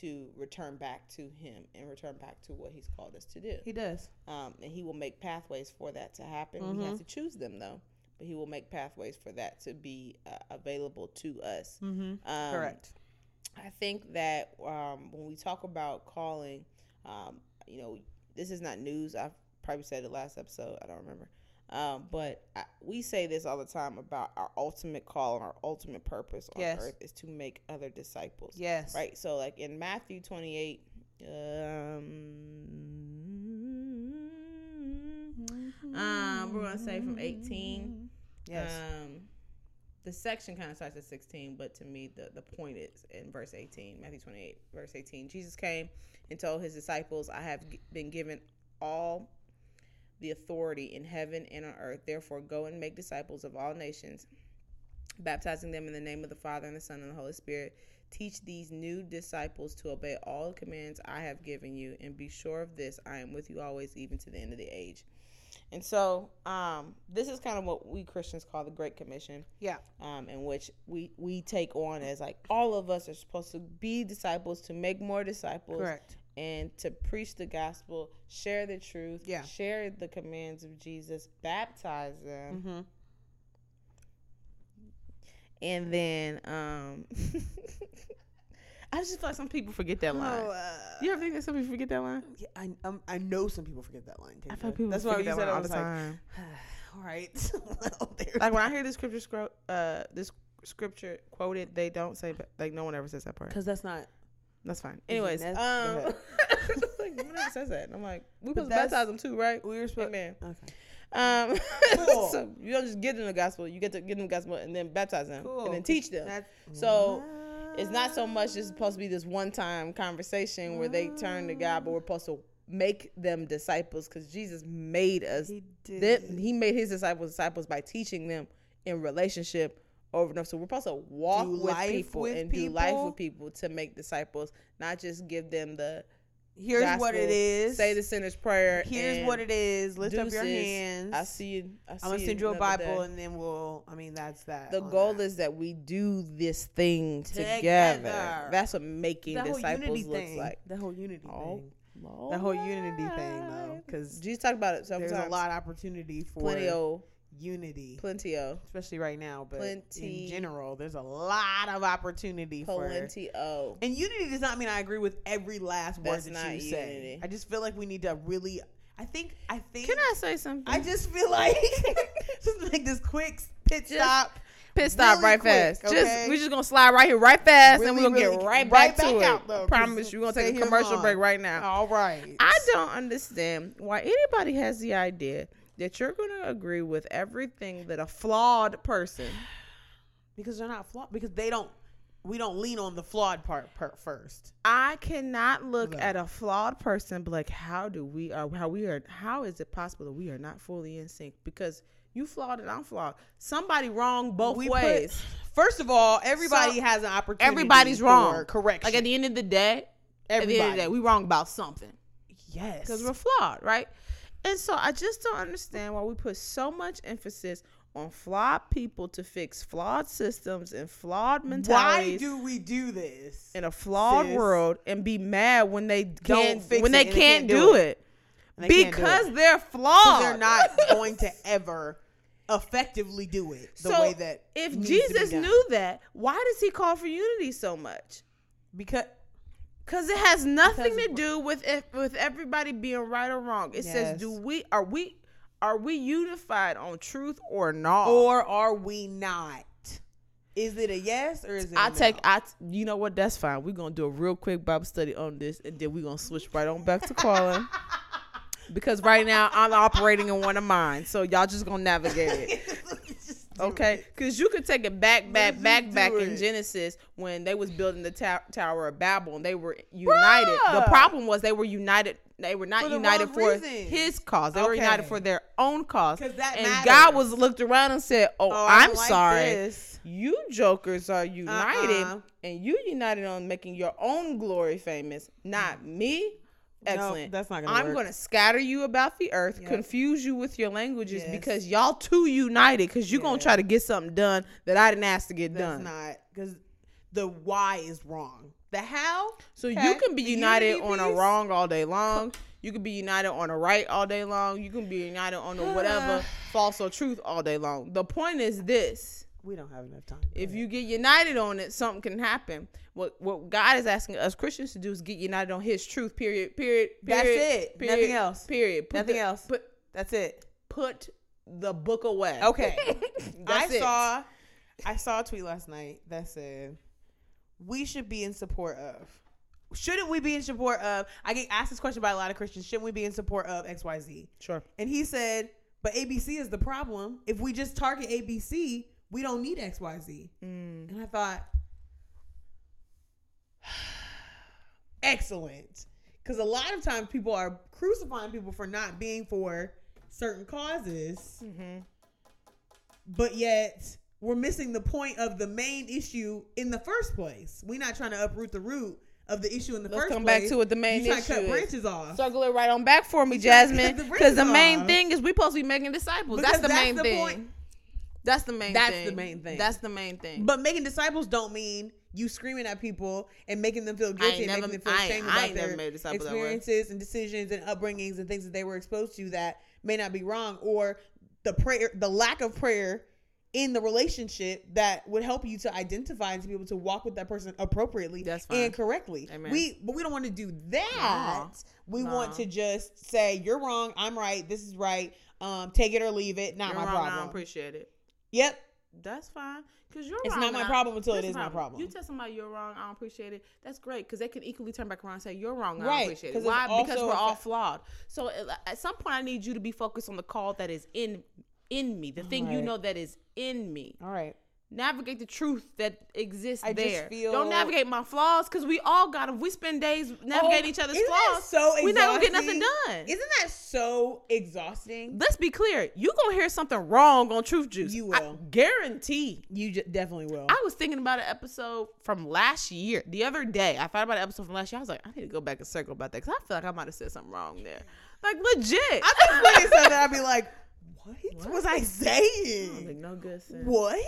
Speaker 1: to return back to Him and return back to what He's called us to do
Speaker 2: He does.
Speaker 1: um, and he will make pathways for that to happen. We have to choose them though, but he will make pathways for that to be uh, available to us.
Speaker 2: Mm-hmm.
Speaker 1: Um,
Speaker 2: Correct.
Speaker 1: I think that um, when we talk about calling, um, you know, this is not news. I probably said it last episode. I don't remember. Um, but I, we say this all the time about our ultimate call and our ultimate purpose on
Speaker 2: Yes.
Speaker 1: earth is to make other disciples.
Speaker 2: Yes.
Speaker 1: Right. So like in Matthew 28 um um we're going to say from 18
Speaker 2: Yes.
Speaker 1: um the section kind of starts at 16, but to me, the, the point is in verse 18, Matthew 28, verse 18. Jesus came and told his disciples, I have g- been given all the authority in heaven and on earth. Therefore, go and make disciples of all nations, baptizing them in the name of the Father and the Son and the Holy Spirit. Teach these new disciples to obey all the commands I have given you, and be sure of this I am with you always, even to the end of the age. And so, um, this is kind of what we Christians call the Great Commission
Speaker 2: yeah.
Speaker 1: um, in which we we take on as like all of us are supposed to be disciples to make more disciples
Speaker 2: Correct.
Speaker 1: and to preach the gospel, share the truth,
Speaker 2: Yeah.
Speaker 1: share the commands of Jesus, baptize them,
Speaker 2: Mm-hmm.
Speaker 1: and then um, I just feel like some people forget
Speaker 2: oh, uh,
Speaker 1: that line. you ever think that some people forget that line?
Speaker 2: yeah, I, um, I know some people forget that line. Tasia.
Speaker 1: people
Speaker 2: That's why you said it all the time. all right. Well, there-
Speaker 1: Like when I hear this scripture, scro- uh, this scripture quoted, they don't say like no one ever says that part.
Speaker 2: Cause that's not.
Speaker 1: That's fine.
Speaker 2: Is it
Speaker 1: Anyways,
Speaker 2: nec-
Speaker 1: um,
Speaker 2: Go ahead.
Speaker 1: like, no one ever says that. And I'm like, we
Speaker 2: But
Speaker 1: supposed to
Speaker 2: that's-
Speaker 1: baptize them too, right?
Speaker 2: We were supposed.
Speaker 1: Amen.
Speaker 2: Okay.
Speaker 1: Um,
Speaker 2: Cool.
Speaker 1: so you don't just give them the gospel. You get to give them the gospel and then baptize them and then teach them.
Speaker 2: That's,
Speaker 1: So it's not so much it's supposed to be this one time conversation where they turn to God, but we're supposed to make them disciples because Jesus made us.
Speaker 2: He did.
Speaker 1: Them, he made his disciples disciples by teaching them in relationship over and over. So we're supposed to walk
Speaker 2: Do
Speaker 1: with
Speaker 2: life
Speaker 1: people
Speaker 2: with
Speaker 1: and do life
Speaker 2: people.
Speaker 1: with people to make disciples, not just give them the
Speaker 2: Here's what it
Speaker 1: gospel,
Speaker 2: is.
Speaker 1: Say the sinner's prayer.
Speaker 2: Here's what it is. Lift up your
Speaker 1: deuces.
Speaker 2: hands.
Speaker 1: I see you. I
Speaker 2: I'm gonna
Speaker 1: see
Speaker 2: send you a
Speaker 1: another
Speaker 2: Bible,
Speaker 1: day.
Speaker 2: and then we'll. I mean, that's that.
Speaker 1: The
Speaker 2: on
Speaker 1: goal
Speaker 2: that.
Speaker 1: is that we do this thing together.
Speaker 2: Together.
Speaker 1: That's what making
Speaker 2: the whole
Speaker 1: disciples
Speaker 2: unity
Speaker 1: looks
Speaker 2: thing.
Speaker 1: like.
Speaker 2: The whole unity
Speaker 1: Oh,
Speaker 2: thing.
Speaker 5: Lord.
Speaker 2: that whole unity thing though, because
Speaker 5: Jesus talked about it several
Speaker 2: there's
Speaker 5: times.
Speaker 2: a lot of opportunity for
Speaker 5: Plenty of,
Speaker 2: unity,
Speaker 5: plenty of,
Speaker 2: especially right now. But
Speaker 5: Plenty.
Speaker 2: in general, there's a lot of opportunity for.
Speaker 5: plenty of.
Speaker 2: And unity does not mean I agree with every last word
Speaker 5: That's
Speaker 2: that
Speaker 5: not
Speaker 2: you say.
Speaker 5: unity.
Speaker 2: I just feel like we need to really. I think. I think.
Speaker 1: Can I say something?
Speaker 2: I just feel like just make this quick pit
Speaker 1: Just
Speaker 2: stop.
Speaker 1: pit stop
Speaker 2: really
Speaker 1: right
Speaker 2: quick,
Speaker 1: fast.
Speaker 2: okay?
Speaker 1: Just we just gonna slide right here, right fast, and
Speaker 2: Really,
Speaker 1: we're gonna
Speaker 2: really-
Speaker 1: get right
Speaker 2: right
Speaker 1: back,
Speaker 2: back
Speaker 1: to
Speaker 2: out,
Speaker 1: it.
Speaker 2: though, 'cause
Speaker 1: Promise you, we're gonna
Speaker 2: stay
Speaker 1: take a
Speaker 2: here
Speaker 1: commercial
Speaker 2: long. Oh.
Speaker 1: break right now.
Speaker 2: All right.
Speaker 1: I don't understand why anybody has the idea that you're gonna agree with everything that a flawed person.
Speaker 2: because they're not flawed. Because they don't. We don't lean on the flawed part per- first.
Speaker 1: I cannot look
Speaker 2: Look.
Speaker 1: at a flawed person and be like, how do we are how we are how is it possible that we are not fully in sync? Because you flawed and I'm flawed. Somebody wrong both
Speaker 2: We put-
Speaker 1: ways.
Speaker 2: First of all, everybody
Speaker 1: So,
Speaker 2: has an opportunity.
Speaker 1: everybody's wrong.
Speaker 2: For correction.
Speaker 1: Like at the end of the day, at the end of
Speaker 2: Everybody.
Speaker 1: the day, we wrong about something.
Speaker 2: yes.
Speaker 1: because we're flawed, right? And so I just don't understand why we put so much emphasis on flawed people to fix flawed systems and flawed
Speaker 2: Why
Speaker 1: mentalities
Speaker 2: do we do this?
Speaker 1: in a flawed
Speaker 2: Sis.
Speaker 1: world and be mad when they can't
Speaker 2: fix
Speaker 1: when
Speaker 2: it
Speaker 1: they
Speaker 2: and they can't
Speaker 1: can't,
Speaker 2: do
Speaker 1: do it,
Speaker 2: And they can't do
Speaker 1: because
Speaker 2: it.
Speaker 1: they're
Speaker 2: 'Cause
Speaker 1: flawed.
Speaker 2: they're not going to ever effectively do it the
Speaker 1: So
Speaker 2: way that
Speaker 1: if
Speaker 2: needs to be
Speaker 1: Jesus
Speaker 2: done.
Speaker 1: knew that, why does he call for unity so much?
Speaker 2: because
Speaker 1: Because it has nothing
Speaker 2: Because-
Speaker 1: to do with if, with everybody being right or wrong. It
Speaker 2: Yes.
Speaker 1: says, do we are we are we unified on truth or not?
Speaker 2: or are we not? Is it a yes or is it? I
Speaker 1: I take I you know what that's fine. We're gonna do a real quick Bible study on this and then we're gonna switch right on back to calling. because right now I'm operating in one of mine. So y'all just gonna navigate it. Okay? Cause you could take it back, back,
Speaker 2: Let's
Speaker 1: back,
Speaker 2: just
Speaker 1: back
Speaker 2: do it.
Speaker 1: in Genesis when they was building the ta- tower of Babel and they were united. The
Speaker 2: Bruh.
Speaker 1: problem was they were united they were not
Speaker 2: For the
Speaker 1: united
Speaker 2: wrong
Speaker 1: for
Speaker 2: reason.
Speaker 1: his cause. They were united
Speaker 2: Okay.
Speaker 1: for their own cause.
Speaker 2: 'Cause that
Speaker 1: and
Speaker 2: matters.
Speaker 1: God was looked around and said, Oh,
Speaker 2: Oh, I
Speaker 1: I'm
Speaker 2: don't like
Speaker 1: sorry
Speaker 2: this.
Speaker 1: you jokers are united
Speaker 2: Uh-uh.
Speaker 1: and you united on making your own glory famous not me excellent
Speaker 2: that's not gonna
Speaker 1: i'm
Speaker 2: work.
Speaker 1: gonna scatter you about the earth
Speaker 2: Yep.
Speaker 1: confuse you with your languages
Speaker 2: Yes.
Speaker 1: because y'all too united because you're gonna
Speaker 2: Yeah.
Speaker 1: try to get something done that i didn't ask to get
Speaker 2: That's
Speaker 1: done
Speaker 2: not because the why is wrong. The how.
Speaker 1: so
Speaker 2: Okay.
Speaker 1: you can be
Speaker 2: The
Speaker 1: united
Speaker 2: unity
Speaker 1: on a
Speaker 2: piece?
Speaker 1: wrong all day long you can be united on a right all day long you can be united on a whatever false or truth all day long the point is this
Speaker 2: We don't have enough time.
Speaker 1: If you get united on it, something can happen. What what God is asking us Christians to do is get united on His truth. Period. Period. period
Speaker 2: That's it.
Speaker 1: Period,
Speaker 2: Nothing else.
Speaker 1: Period. Put
Speaker 2: Nothing
Speaker 1: the-
Speaker 2: else.
Speaker 1: Put
Speaker 2: That's it.
Speaker 1: put the book away.
Speaker 2: Okay.
Speaker 1: That's
Speaker 2: I
Speaker 1: it.
Speaker 2: saw I saw a tweet last night that said we should be in support of shouldn't we be in support of I get asked this question by a lot of Christians, shouldn't we be in support of XYZ?
Speaker 1: Sure.
Speaker 2: And he said, but ABC is the problem. If we just target ABC, we don't need XYZ.
Speaker 1: Mm.
Speaker 2: And I thought, excellent. Because a lot of times people are crucifying people for not being for certain causes,
Speaker 1: Mm-hmm.
Speaker 2: but yet we're missing the point of the main issue in the first place. We're not trying to uproot the root of the issue in the
Speaker 1: Let's
Speaker 2: first
Speaker 1: come
Speaker 2: place.
Speaker 1: back to what the main
Speaker 2: You're trying to
Speaker 1: issue
Speaker 2: cut
Speaker 1: is.
Speaker 2: branches off.
Speaker 1: Circle it right on back for me,
Speaker 2: trying to cut
Speaker 1: Jasmine.
Speaker 2: the
Speaker 1: Because the
Speaker 2: rings
Speaker 1: main
Speaker 2: off.
Speaker 1: thing is we supposed to be making disciples.
Speaker 2: Because
Speaker 1: That's the
Speaker 2: that's
Speaker 1: main
Speaker 2: the
Speaker 1: thing.
Speaker 2: point.
Speaker 1: That's the main.
Speaker 2: That's
Speaker 1: thing.
Speaker 2: the main thing.
Speaker 1: That's the main thing.
Speaker 2: But making disciples don't mean you screaming at people and making them feel
Speaker 1: I ain't
Speaker 2: guilty and
Speaker 1: never-
Speaker 2: making them feel
Speaker 1: I ain't-
Speaker 2: ashamed
Speaker 1: I
Speaker 2: about
Speaker 1: ain't never
Speaker 2: their
Speaker 1: made a disciple that way.
Speaker 2: experiences and decisions and upbringings and things that they were exposed to that may not be wrong or the prayer, the lack of prayer in the relationship that would help you to identify and to be able to walk with that person appropriately
Speaker 1: That's fine.
Speaker 2: and correctly.
Speaker 1: Amen.
Speaker 2: We but we don't want to do that.
Speaker 1: Nah.
Speaker 2: We want
Speaker 1: Nah.
Speaker 2: to just say you're wrong, I'm right, this is right. Um, take it or leave it, not
Speaker 1: You're
Speaker 2: my
Speaker 1: wrong, I don't
Speaker 2: problem.
Speaker 1: appreciate it.
Speaker 2: Yep,
Speaker 1: That's fine. Cause you're
Speaker 2: It's
Speaker 1: wrong
Speaker 2: not my
Speaker 1: and I-
Speaker 2: problem until it
Speaker 1: that's the
Speaker 2: is my problem.
Speaker 1: You tell somebody you're wrong, I don't appreciate it. That's great because they can equally turn back around and say you're wrong, I
Speaker 2: Right,
Speaker 1: don't appreciate
Speaker 2: 'cause
Speaker 1: it.
Speaker 2: it's
Speaker 1: Why? Because
Speaker 2: also
Speaker 1: we're
Speaker 2: a
Speaker 1: all
Speaker 2: fa-
Speaker 1: flawed. So at at some point, I need you to be focused on the call that is in in me, the thing you
Speaker 2: Right.
Speaker 1: know that is in me.
Speaker 2: All right.
Speaker 1: Navigate the truth that exists
Speaker 2: I just
Speaker 1: there.
Speaker 2: feel-
Speaker 1: Don't navigate my flaws because we all got them. We spend days navigating each other's
Speaker 2: Oh, Isn't that
Speaker 1: flaws.
Speaker 2: So
Speaker 1: we're not gonna get
Speaker 2: exhausting?
Speaker 1: nothing done.
Speaker 2: Isn't that so exhausting?
Speaker 1: Let's be clear. You gonna hear something wrong on Truth Juice.
Speaker 2: You
Speaker 1: I
Speaker 2: will.
Speaker 1: guarantee.
Speaker 2: You j- definitely will.
Speaker 1: I was thinking about an episode from last year, the other day. I thought about an episode from last year. I was like, I need to go back and circle about that because I feel like I might have said something wrong there. Like legit.
Speaker 2: I think when
Speaker 1: Oh,
Speaker 2: you said that, I'd be like, what, was I saying?
Speaker 1: no good sense.
Speaker 2: What?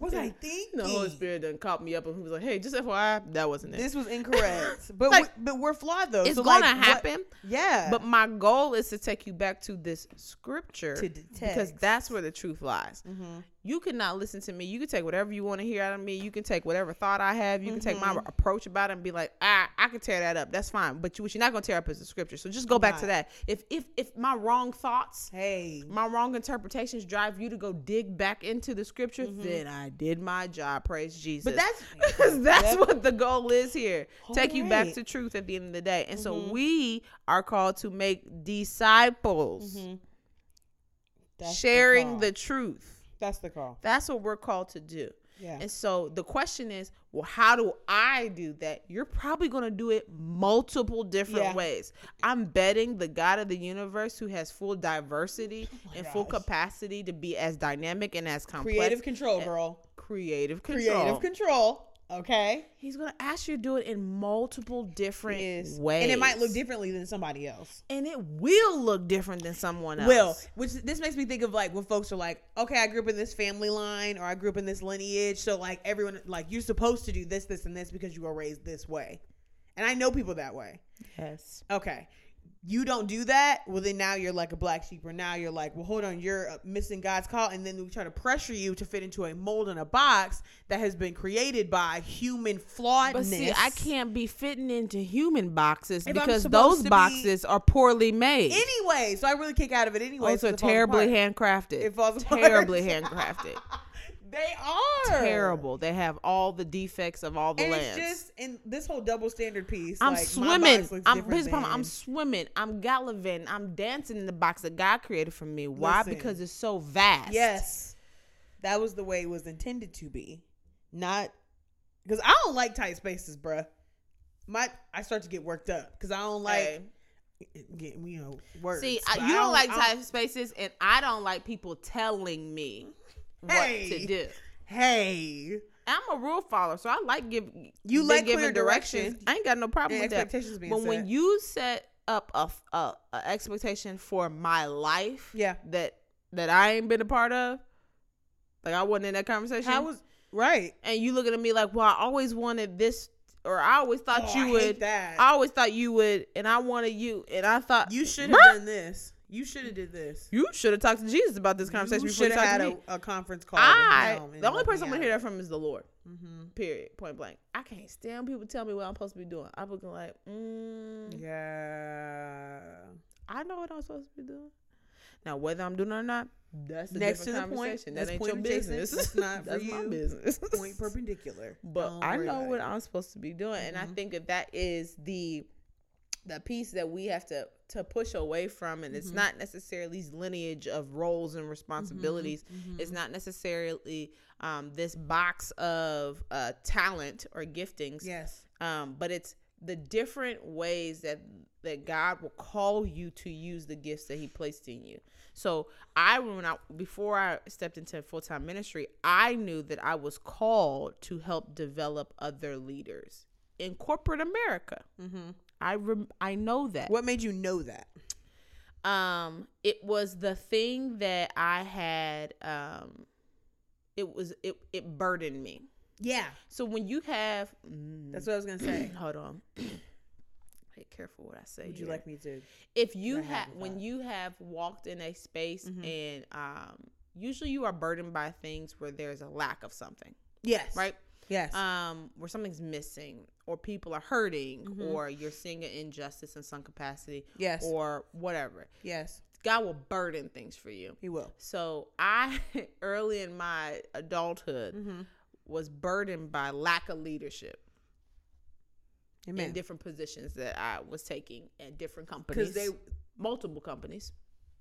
Speaker 2: was I thinking?
Speaker 1: The Holy Spirit done caught me up and he was like, "Hey, just FYI, that wasn't it."
Speaker 2: This was incorrect. But
Speaker 1: Like,
Speaker 2: we, but we're flawed though.
Speaker 1: it's
Speaker 2: so,
Speaker 1: gonna
Speaker 2: like, what-
Speaker 1: happen,
Speaker 2: yeah.
Speaker 1: but my goal is to take you back to this scripture
Speaker 2: To the
Speaker 1: because
Speaker 2: text.
Speaker 1: that's where the truth lies.
Speaker 2: Mhm.
Speaker 1: You cannot listen to me. You can take whatever you want to hear out of me. You can take whatever thought I have. You can take
Speaker 2: Mm-hmm.
Speaker 1: my approach about it and be like, ah, I can tear that up. That's fine. But you, what you're not gonna tear up is the scripture. So just go back to that. If if if my wrong thoughts
Speaker 2: hey,
Speaker 1: my wrong interpretations drive you to go dig back into the scripture, then I did my job. Praise Jesus. But
Speaker 2: Mm-hmm. that's-
Speaker 1: because that's what the goal is here. Take you
Speaker 2: right.
Speaker 1: back
Speaker 2: Mm-hmm.
Speaker 1: to truth at the end of the day. And so we are called to make disciples,
Speaker 2: Mm-hmm. That's the
Speaker 1: sharing
Speaker 2: call.
Speaker 1: the truth.
Speaker 2: that's the call.
Speaker 1: That's what we're called to do.
Speaker 2: Yeah.
Speaker 1: And so the question is, well, how do I do that? You're probably going to do it multiple different
Speaker 2: Yeah.
Speaker 1: ways. I'm betting the God of the universe, who has full diversity
Speaker 2: Oh
Speaker 1: and full capacity to be as dynamic and as complex,
Speaker 2: Creative control, girl.
Speaker 1: creative control.
Speaker 2: Creative control. Okay.
Speaker 1: He's going to ask you to do it in multiple different
Speaker 2: Is
Speaker 1: ways,
Speaker 2: and it might look differently than somebody else.
Speaker 1: and it will look different than someone else.
Speaker 2: Will, which this makes me think of like when folks are like, okay, I grew up in this family line or I grew up in this lineage. So like everyone, like you're supposed to do this, this, and this because you were raised this way. And I know people that way.
Speaker 1: yes,
Speaker 2: Okay. You don't do that. Well, then now you're like a black sheep, or now you're like, well, hold on, you're uh, missing God's call. And then we try to pressure you to fit into a mold and a box that has been created by human flawedness.
Speaker 1: But see, I can't be fitting into human boxes
Speaker 2: If I'm
Speaker 1: because
Speaker 2: supposed
Speaker 1: those
Speaker 2: to be-
Speaker 1: boxes are poorly made.
Speaker 2: Anyway, so I really kick out of it anyway.
Speaker 1: Also,
Speaker 2: because it falls
Speaker 1: terribly
Speaker 2: apart.
Speaker 1: handcrafted.
Speaker 2: It falls apart.
Speaker 1: terribly handcrafted.
Speaker 2: They are
Speaker 1: Terrible. They have all the defects of all the
Speaker 2: And
Speaker 1: lands.
Speaker 2: it's just in this whole double standard piece.
Speaker 1: I'm
Speaker 2: like, my
Speaker 1: swimming.
Speaker 2: box looks
Speaker 1: I'm
Speaker 2: different
Speaker 1: here's the problem. I'm
Speaker 2: than-
Speaker 1: swimming. I'm gallivanting. I'm dancing in the box that God created for me. Why?
Speaker 2: Listen.
Speaker 1: Because it's so vast.
Speaker 2: Yes. That was the way it was intended to be. Not because I don't like tight spaces, bruh. My I start to get worked up because I don't like get, you know words.
Speaker 1: See,
Speaker 2: but
Speaker 1: I, you don't, like
Speaker 2: I
Speaker 1: tight spaces, and I don't like people telling me
Speaker 2: Hey.
Speaker 1: what to do.
Speaker 2: Hey,
Speaker 1: I'm a rule follower, so I like give
Speaker 2: You
Speaker 1: been
Speaker 2: like
Speaker 1: giving
Speaker 2: clear directions.
Speaker 1: I ain't got no problem
Speaker 2: And
Speaker 1: with that.
Speaker 2: expectations being
Speaker 1: but when
Speaker 2: set.
Speaker 1: you set up a, f- a- a expectation for my life,
Speaker 2: Yeah.
Speaker 1: that that I ain't been a part of, like I wasn't in that conversation.
Speaker 2: how was right?
Speaker 1: and you looking at me like, well, I always wanted this, or I always thought
Speaker 2: Oh,
Speaker 1: you
Speaker 2: I hate
Speaker 1: would.
Speaker 2: that.
Speaker 1: I always thought you would, and I wanted you, and I thought
Speaker 2: You should
Speaker 1: Bruh,
Speaker 2: have done this. You should have did this.
Speaker 1: You should have talked to Jesus about this conversation
Speaker 2: You
Speaker 1: before
Speaker 2: should
Speaker 1: you
Speaker 2: have
Speaker 1: talked
Speaker 2: had
Speaker 1: to
Speaker 2: a,
Speaker 1: me.
Speaker 2: a conference call. with
Speaker 1: I
Speaker 2: him and
Speaker 1: the only
Speaker 2: let me
Speaker 1: person I'm gonna hear
Speaker 2: out.
Speaker 1: that from is the Lord. Mm-hmm. Period. Point blank. I can't stand people tell me what I'm supposed to be doing. I'm looking like, mm,
Speaker 2: Yeah.
Speaker 1: I know what I'm supposed to be doing. Now whether I'm doing it or not, that's a
Speaker 2: Next
Speaker 1: different
Speaker 2: to the point.
Speaker 1: conversation.
Speaker 2: That's
Speaker 1: That ain't
Speaker 2: point
Speaker 1: your
Speaker 2: adjacent.
Speaker 1: business.
Speaker 2: That's not for
Speaker 1: that's my
Speaker 2: you.
Speaker 1: business.
Speaker 2: Point perpendicular.
Speaker 1: but
Speaker 2: Don't
Speaker 1: I
Speaker 2: worry
Speaker 1: know
Speaker 2: about
Speaker 1: what
Speaker 2: it. Mm-hmm.
Speaker 1: I'm supposed to be doing, and I think that that is the the piece that we have to to push away from, and
Speaker 2: Mm-hmm.
Speaker 1: it's not necessarily these lineage of roles and responsibilities.
Speaker 2: mm-hmm.
Speaker 1: It's not necessarily um, this box of uh, talent or giftings,
Speaker 2: Yes.
Speaker 1: um, but it's the different ways that that God will call you to use the gifts that He placed in you. So I when I before I stepped into full time ministry, I knew that I was called to help develop other leaders in corporate America. I rem- I know that.
Speaker 2: What made you know that?
Speaker 1: Um, it was the thing that I had. Um, it was it it burdened me.
Speaker 2: Yeah.
Speaker 1: So when you have mm,
Speaker 2: That's what I was gonna say.
Speaker 1: hold on. Be careful what I say.
Speaker 2: Would you
Speaker 1: here.
Speaker 2: like me to?
Speaker 1: if you
Speaker 2: I have Mm-hmm.
Speaker 1: have
Speaker 2: with
Speaker 1: when
Speaker 2: that?
Speaker 1: you have walked in a space and um usually you are burdened by things where there's a lack of something,
Speaker 2: Yes.
Speaker 1: right?
Speaker 2: Yes.
Speaker 1: Um where something's missing or people are hurting
Speaker 2: Mm-hmm.
Speaker 1: or you're seeing an injustice in some capacity
Speaker 2: Yes.
Speaker 1: or whatever.
Speaker 2: yes.
Speaker 1: God will burden things for you.
Speaker 2: He will.
Speaker 1: So I early in my adulthood
Speaker 2: Mm-hmm.
Speaker 1: was burdened by lack of leadership in
Speaker 2: Amen.
Speaker 1: different positions that I was taking at different companies.
Speaker 2: Because they
Speaker 1: multiple companies.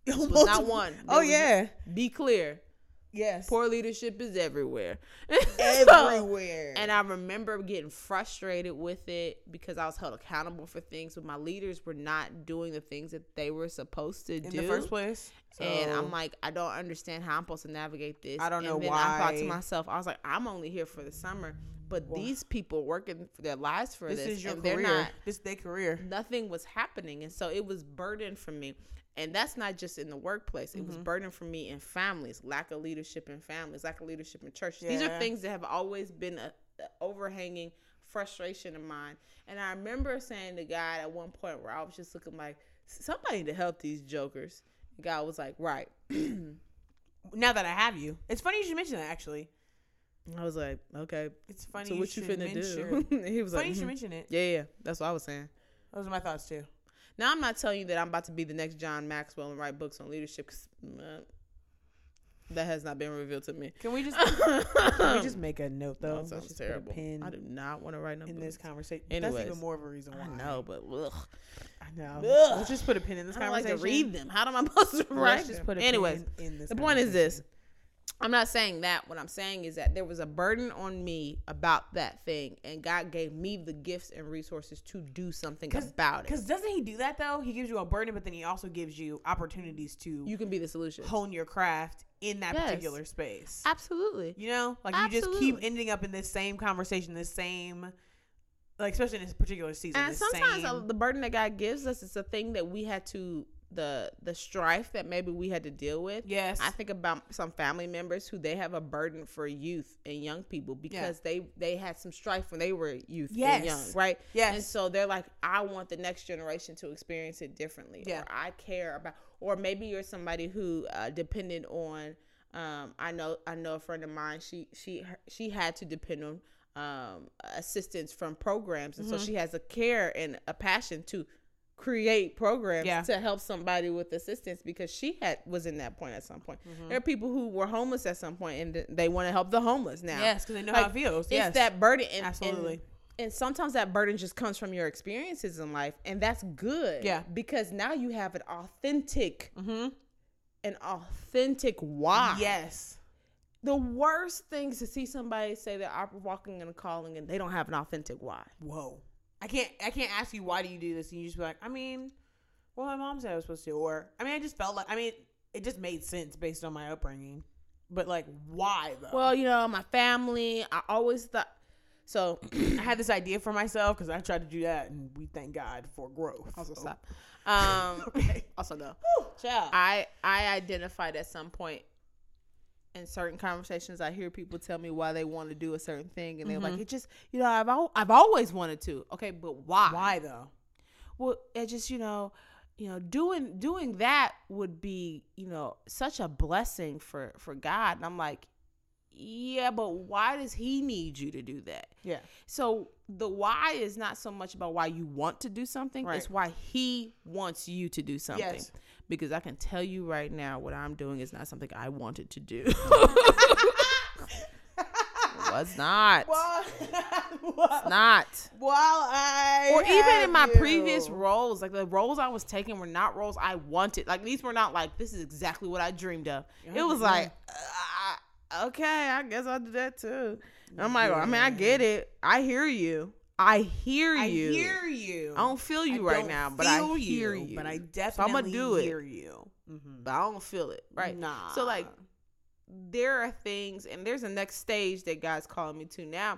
Speaker 2: almost
Speaker 1: was not one. There
Speaker 2: Oh
Speaker 1: was-
Speaker 2: yeah.
Speaker 1: Be clear,
Speaker 2: Yes.
Speaker 1: poor leadership is everywhere. So-
Speaker 2: Everywhere.
Speaker 1: and I remember getting frustrated with it because I was held accountable for things, but my leaders were not doing the things that they were supposed to do.
Speaker 2: in the first place.
Speaker 1: And
Speaker 2: So,
Speaker 1: I'm like, I don't understand how I'm supposed to navigate this.
Speaker 2: I don't
Speaker 1: and
Speaker 2: know
Speaker 1: then I thought to
Speaker 2: why.
Speaker 1: myself, I was like, I'm only here for the summer, but these people working for their lives for this,
Speaker 2: this is your
Speaker 1: and
Speaker 2: career.
Speaker 1: they're not
Speaker 2: this is their career.
Speaker 1: nothing was happening and so it was burden for me And that's not just in the workplace. It was
Speaker 2: Mm-hmm.
Speaker 1: burden for me in families, lack of leadership in families, lack of leadership in churches. These are
Speaker 2: Yeah.
Speaker 1: things that have always been a, a overhanging frustration of mine. And I remember saying to God at one point where I was just looking like, somebody need to help these jokers. God was like, right.
Speaker 2: Now that I have you, it's funny you should mention that. Actually,
Speaker 1: I was like, okay.
Speaker 2: it's funny.
Speaker 1: so what
Speaker 2: should
Speaker 1: you, finna
Speaker 2: mention-
Speaker 1: do? he was
Speaker 2: funny
Speaker 1: like,
Speaker 2: you should
Speaker 1: "Mhm.
Speaker 2: mention it.
Speaker 1: yeah, yeah, that's what I was saying.
Speaker 2: Those are my thoughts too.
Speaker 1: Now I'm not telling you that I'm about to be the next John Maxwell and write books on leadership. 'cause, uh, that has not been revealed to me.
Speaker 2: Can we just can we
Speaker 1: that
Speaker 2: just make a note though? Let's
Speaker 1: sounds
Speaker 2: just put a
Speaker 1: terrible.
Speaker 2: pin
Speaker 1: I do not want to write no
Speaker 2: in
Speaker 1: book.
Speaker 2: this conversation. That's
Speaker 1: Anyways.
Speaker 2: even more of a reason why.
Speaker 1: I know, but ugh.
Speaker 2: I know.
Speaker 1: Ugh.
Speaker 2: Let's just put a pin in this
Speaker 1: I don't like
Speaker 2: conversation.
Speaker 1: to read them. How am I supposed to write?
Speaker 2: Let's just put a
Speaker 1: Anyways,
Speaker 2: pin in this
Speaker 1: the point is this.
Speaker 2: conversation.
Speaker 1: I'm not saying that. What I'm saying is that there was a burden on me about that thing, and God gave me the gifts and resources to do something about it.
Speaker 2: Because doesn't he do that though? He gives you a burden, but then he also gives you opportunities to
Speaker 1: You can be the solution.
Speaker 2: hone your craft in that
Speaker 1: Yes.
Speaker 2: particular space.
Speaker 1: Absolutely.
Speaker 2: You know, like you just keep
Speaker 1: Absolutely.
Speaker 2: ending up in this same conversation, this same, like especially in this particular season.
Speaker 1: and
Speaker 2: this
Speaker 1: sometimes uh
Speaker 2: same-
Speaker 1: the burden that God gives us is a thing that we had to the the strife that maybe we had to deal with.
Speaker 2: yes,
Speaker 1: I think about some family members who they have a burden for youth and young people because they they had some strife when they were youth and young,
Speaker 2: Yes.
Speaker 1: right?
Speaker 2: Yes.
Speaker 1: And so they're like, I want the next generation to experience it differently,
Speaker 2: Yeah.
Speaker 1: or I care about, or maybe you're somebody who uh, depended on. Um, I know I know a friend of mine. She she her, she had to depend on um, assistance from programs, and
Speaker 2: Mm-hmm.
Speaker 1: so she has a care and a passion to create programs
Speaker 2: Yeah.
Speaker 1: to help somebody with assistance because she had was in that point at some point.
Speaker 2: Mm-hmm.
Speaker 1: There are people who were homeless at some point and th- they want to help the homeless now.
Speaker 2: yes, because they know how it feels.
Speaker 1: It's
Speaker 2: Yes,
Speaker 1: that burden. And, and-
Speaker 2: Absolutely.
Speaker 1: And, sometimes that burden just comes from your experiences in life, and that's good.
Speaker 2: Yeah.
Speaker 1: Because now you have an authentic, an authentic why.
Speaker 2: yes,
Speaker 1: The worst thing is to see somebody say that I'm walking and calling and they don't have an authentic why.
Speaker 2: whoa i can't i can't ask you why do you do this and you just be like i mean well my mom said i was supposed to or i mean i just felt like i mean it just made sense based on my upbringing but like why though
Speaker 1: Well, you know, my family, I always thought. So
Speaker 2: i had this idea for myself because i tried to do that and we thank god for growth also
Speaker 1: stop. Um,
Speaker 2: okay
Speaker 1: also no.
Speaker 2: child
Speaker 1: I I identified at some point in certain conversations. I hear people tell me why they want to do a certain thing, and they're like, "It just you know I've al- I've always wanted to." Okay, but why?
Speaker 2: why though
Speaker 1: Well, it just you know you know doing doing that would be you know such a blessing for for God, and I'm like, yeah, but why does He need you to do that?
Speaker 2: yeah
Speaker 1: So the why is not so much about why you want to do something,
Speaker 2: Right.
Speaker 1: it's why he wants you to do something.
Speaker 2: Yes.
Speaker 1: Because I can tell you right now what I'm doing is not something I wanted to do. it was not.
Speaker 2: well,
Speaker 1: not.
Speaker 2: i
Speaker 1: Or even in my
Speaker 2: have
Speaker 1: previous
Speaker 2: you.
Speaker 1: roles, like the roles I was taking were not roles I wanted. Like these were not like this is exactly what I dreamed of. It was like, uh, okay, I guess I'll do that too. And I'm like, I mean, I get it. I hear you. I hear
Speaker 2: i
Speaker 1: you.
Speaker 2: hear you
Speaker 1: I don't feel you right
Speaker 2: don't
Speaker 1: now, but I
Speaker 2: feel
Speaker 1: hear you.
Speaker 2: but i
Speaker 1: so I'm
Speaker 2: definitely
Speaker 1: gonna do
Speaker 2: hear
Speaker 1: it,
Speaker 2: you Mhm.
Speaker 1: but I don't feel it. Right.
Speaker 2: nah
Speaker 1: So like, there are things, and there's a next stage that God's calling me to now.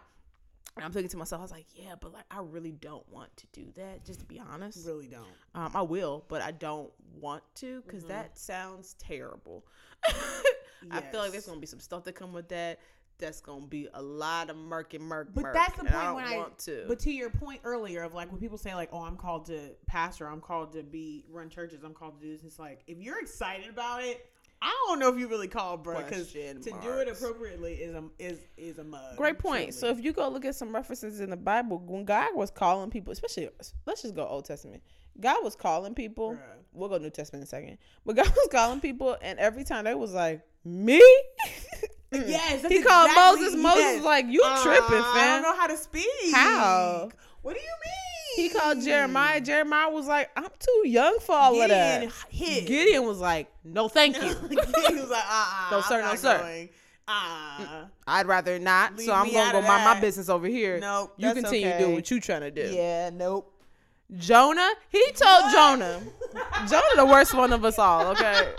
Speaker 1: And I'm thinking to myself, I was like, yeah, but like, I really don't want to do that. Just to be honest,
Speaker 2: really don't
Speaker 1: um, I will, but I don't want to
Speaker 2: Mm-hmm.
Speaker 1: because that sounds terrible. I feel like there's
Speaker 2: Yes.
Speaker 1: gonna be some stuff that come with that. That's gonna be a lot of murk and murk.
Speaker 2: But
Speaker 1: murk,
Speaker 2: that's the
Speaker 1: and
Speaker 2: point
Speaker 1: I don't
Speaker 2: when I
Speaker 1: want to.
Speaker 2: But to your point earlier of like when people say like, "Oh, I'm called to pastor. I'm called to be run churches. I'm called to do this." It's like if you're excited about it, I don't know if you really called, bro. Because to
Speaker 1: Question
Speaker 2: do it
Speaker 1: marks.
Speaker 2: appropriately is a is is a mug.
Speaker 1: Great point. So
Speaker 2: truly.
Speaker 1: if you go look at some references in the Bible, when God was calling people, especially let's just go Old Testament. God was calling people.
Speaker 2: Bruh.
Speaker 1: We'll go New Testament in a second. But God was calling people, and every time they was like, "Me."
Speaker 2: yes, that's
Speaker 1: he called
Speaker 2: exactly-
Speaker 1: Moses. Moses
Speaker 2: yes.
Speaker 1: was like, "You
Speaker 2: Uh,
Speaker 1: tripping,
Speaker 2: I don't
Speaker 1: fam?"
Speaker 2: know how to speak.
Speaker 1: How?
Speaker 2: What do you mean?
Speaker 1: He called Jeremiah. Jeremiah was like, "I'm too young for all
Speaker 2: Mm. Gideon
Speaker 1: of that."
Speaker 2: hid.
Speaker 1: Gideon was like, "No, thank you.
Speaker 2: he was like, "Ah,
Speaker 1: No,
Speaker 2: uh,
Speaker 1: sir,
Speaker 2: I'm
Speaker 1: no,
Speaker 2: not
Speaker 1: sir.
Speaker 2: going. Ah,
Speaker 1: I'd rather not.
Speaker 2: Leave
Speaker 1: so I'm
Speaker 2: me
Speaker 1: gonna
Speaker 2: out
Speaker 1: go
Speaker 2: of
Speaker 1: mind my
Speaker 2: that.
Speaker 1: business over here.
Speaker 2: Nope,
Speaker 1: you
Speaker 2: that's
Speaker 1: continue
Speaker 2: okay.
Speaker 1: doing what you trying to do."
Speaker 2: yeah, nope."
Speaker 1: Jonah, he told Jonah. Jonah, the worst one of us all, okay?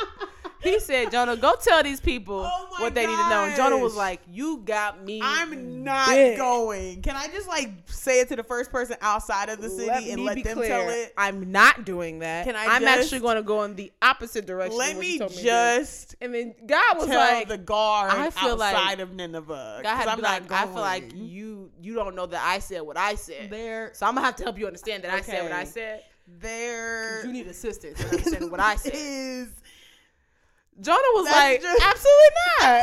Speaker 1: He said, Jonah, go tell these people
Speaker 2: Oh my
Speaker 1: what they need to know. And Jonah was
Speaker 2: gosh.
Speaker 1: like, You got me.
Speaker 2: I'm not
Speaker 1: big.
Speaker 2: going. Can I just like say it to the first person outside of the city
Speaker 1: Let
Speaker 2: and
Speaker 1: me
Speaker 2: let
Speaker 1: be
Speaker 2: them
Speaker 1: clear,
Speaker 2: tell it?
Speaker 1: I'm not doing that.
Speaker 2: Can I
Speaker 1: I'm
Speaker 2: just-
Speaker 1: actually going to go in the opposite direction.
Speaker 2: Let
Speaker 1: of what
Speaker 2: me
Speaker 1: you told me to do.
Speaker 2: just
Speaker 1: And then God was
Speaker 2: tell
Speaker 1: like,
Speaker 2: the guard
Speaker 1: I feel like-
Speaker 2: outside of Nineveh.
Speaker 1: God had
Speaker 2: 'cause
Speaker 1: to
Speaker 2: I'm
Speaker 1: be
Speaker 2: not
Speaker 1: like, I feel like
Speaker 2: going.
Speaker 1: you you don't know that I said what I said.
Speaker 2: They're
Speaker 1: so I'm gonna have to help you understand that I said what I
Speaker 2: Okay.
Speaker 1: said.
Speaker 2: they're
Speaker 1: You need assistance in understanding what I said.
Speaker 2: is
Speaker 1: Jonah was
Speaker 2: That's
Speaker 1: like,
Speaker 2: just-
Speaker 1: absolutely not.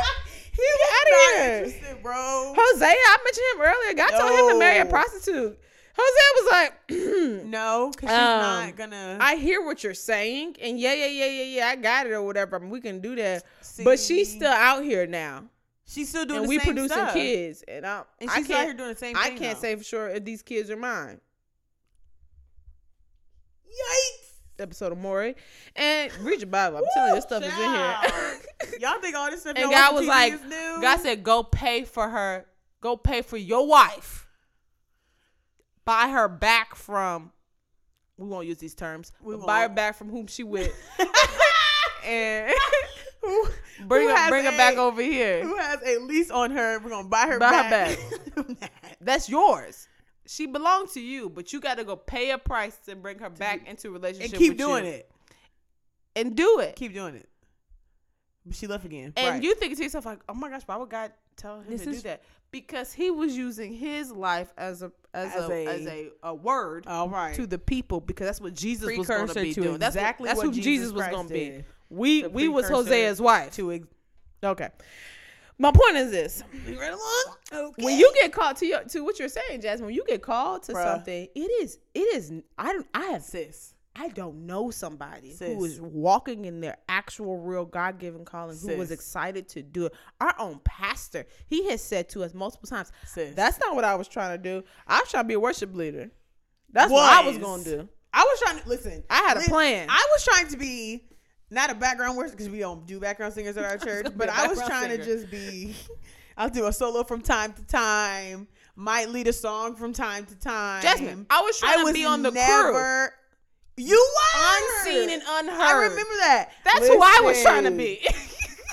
Speaker 2: not
Speaker 1: He was out of here.
Speaker 2: interested, bro.
Speaker 1: Hosea, I mentioned him earlier. God told him to marry a
Speaker 2: No.
Speaker 1: prostitute. Hosea was like,
Speaker 2: No, because she's
Speaker 1: Um,
Speaker 2: not gonna.
Speaker 1: I hear what you're saying, and yeah, yeah, yeah, yeah, yeah, I got it or whatever. we can do that. But she's
Speaker 2: See?
Speaker 1: still out here now,
Speaker 2: she's still doing
Speaker 1: and
Speaker 2: the
Speaker 1: we
Speaker 2: same
Speaker 1: producing
Speaker 2: stuff.
Speaker 1: kids, and I,
Speaker 2: and
Speaker 1: I
Speaker 2: she's out here
Speaker 1: can't,
Speaker 2: doing the same.
Speaker 1: I
Speaker 2: thing,
Speaker 1: can't
Speaker 2: though.
Speaker 1: say for sure if these kids are mine.
Speaker 2: Yikes!
Speaker 1: Episode of Maury, and read your Bible. I'm telling you, this stuff is in here.
Speaker 2: Y'all think all this stuff?
Speaker 1: and
Speaker 2: y'all
Speaker 1: God
Speaker 2: watch TV
Speaker 1: was like,
Speaker 2: is new?
Speaker 1: God said, go pay for her, go pay for your wife, buy her back from. We won't use these terms.
Speaker 2: We
Speaker 1: but buy her
Speaker 2: won't.
Speaker 1: back from whom she with, and
Speaker 2: who, who
Speaker 1: bring her,
Speaker 2: has
Speaker 1: bring her
Speaker 2: a-
Speaker 1: back over here.
Speaker 2: Who has a lease on her? We're gonna buy her
Speaker 1: Buy her
Speaker 2: back.
Speaker 1: That's yours. She belonged to you, but you got to go pay a price to bring her back into a relationship
Speaker 2: and keep
Speaker 1: with
Speaker 2: doing
Speaker 1: you.
Speaker 2: it.
Speaker 1: and do it.
Speaker 2: Keep doing it. But she left again.
Speaker 1: and
Speaker 2: Right.
Speaker 1: you think to yourself like, "Oh my gosh, why would God tell him
Speaker 2: This
Speaker 1: to do
Speaker 2: is-
Speaker 1: that?" Because he was using his life as a as,
Speaker 2: As
Speaker 1: a,
Speaker 2: a-
Speaker 1: as a, a word
Speaker 2: all right.
Speaker 1: to the people because that's what Jesus was
Speaker 2: Precursor
Speaker 1: going to be
Speaker 2: to
Speaker 1: doing. That's
Speaker 2: exactly
Speaker 1: that's
Speaker 2: what
Speaker 1: who Jesus,
Speaker 2: Jesus
Speaker 1: was
Speaker 2: Christ
Speaker 1: going to be.
Speaker 2: did.
Speaker 1: We
Speaker 2: The
Speaker 1: we was
Speaker 2: precursor
Speaker 1: Hosea's wife.
Speaker 2: to ex-
Speaker 1: okay. My point is this:
Speaker 2: right along. Okay.
Speaker 1: when you get called to your to what you're saying, Jasmine, when you get called to
Speaker 2: Bruh.
Speaker 1: something, it is it is I don't I have
Speaker 2: sis,
Speaker 1: I don't know somebody who
Speaker 2: Sis.
Speaker 1: is walking in their actual real God given calling who was
Speaker 2: Sis.
Speaker 1: excited to do it. Our own pastor, he has said to us multiple times,
Speaker 2: Sis.
Speaker 1: That's not what I was trying to do. I was trying to be a worship leader. That's what I was
Speaker 2: Was.
Speaker 1: going to do.
Speaker 2: I was trying to listen.
Speaker 1: I had a
Speaker 2: Lis-
Speaker 1: plan.
Speaker 2: I was trying to be not a background worship because we don't do background singers at our church,
Speaker 1: gonna be
Speaker 2: but
Speaker 1: a
Speaker 2: I was
Speaker 1: background
Speaker 2: trying
Speaker 1: singer.
Speaker 2: to just be. I'll do a solo from time to time. Might lead a song from time to time.
Speaker 1: Jasmine, I was trying to be on the
Speaker 2: never- You were
Speaker 1: crew, unseen and unheard.
Speaker 2: I remember that.
Speaker 1: That's who I was trying to
Speaker 2: Listen
Speaker 1: be.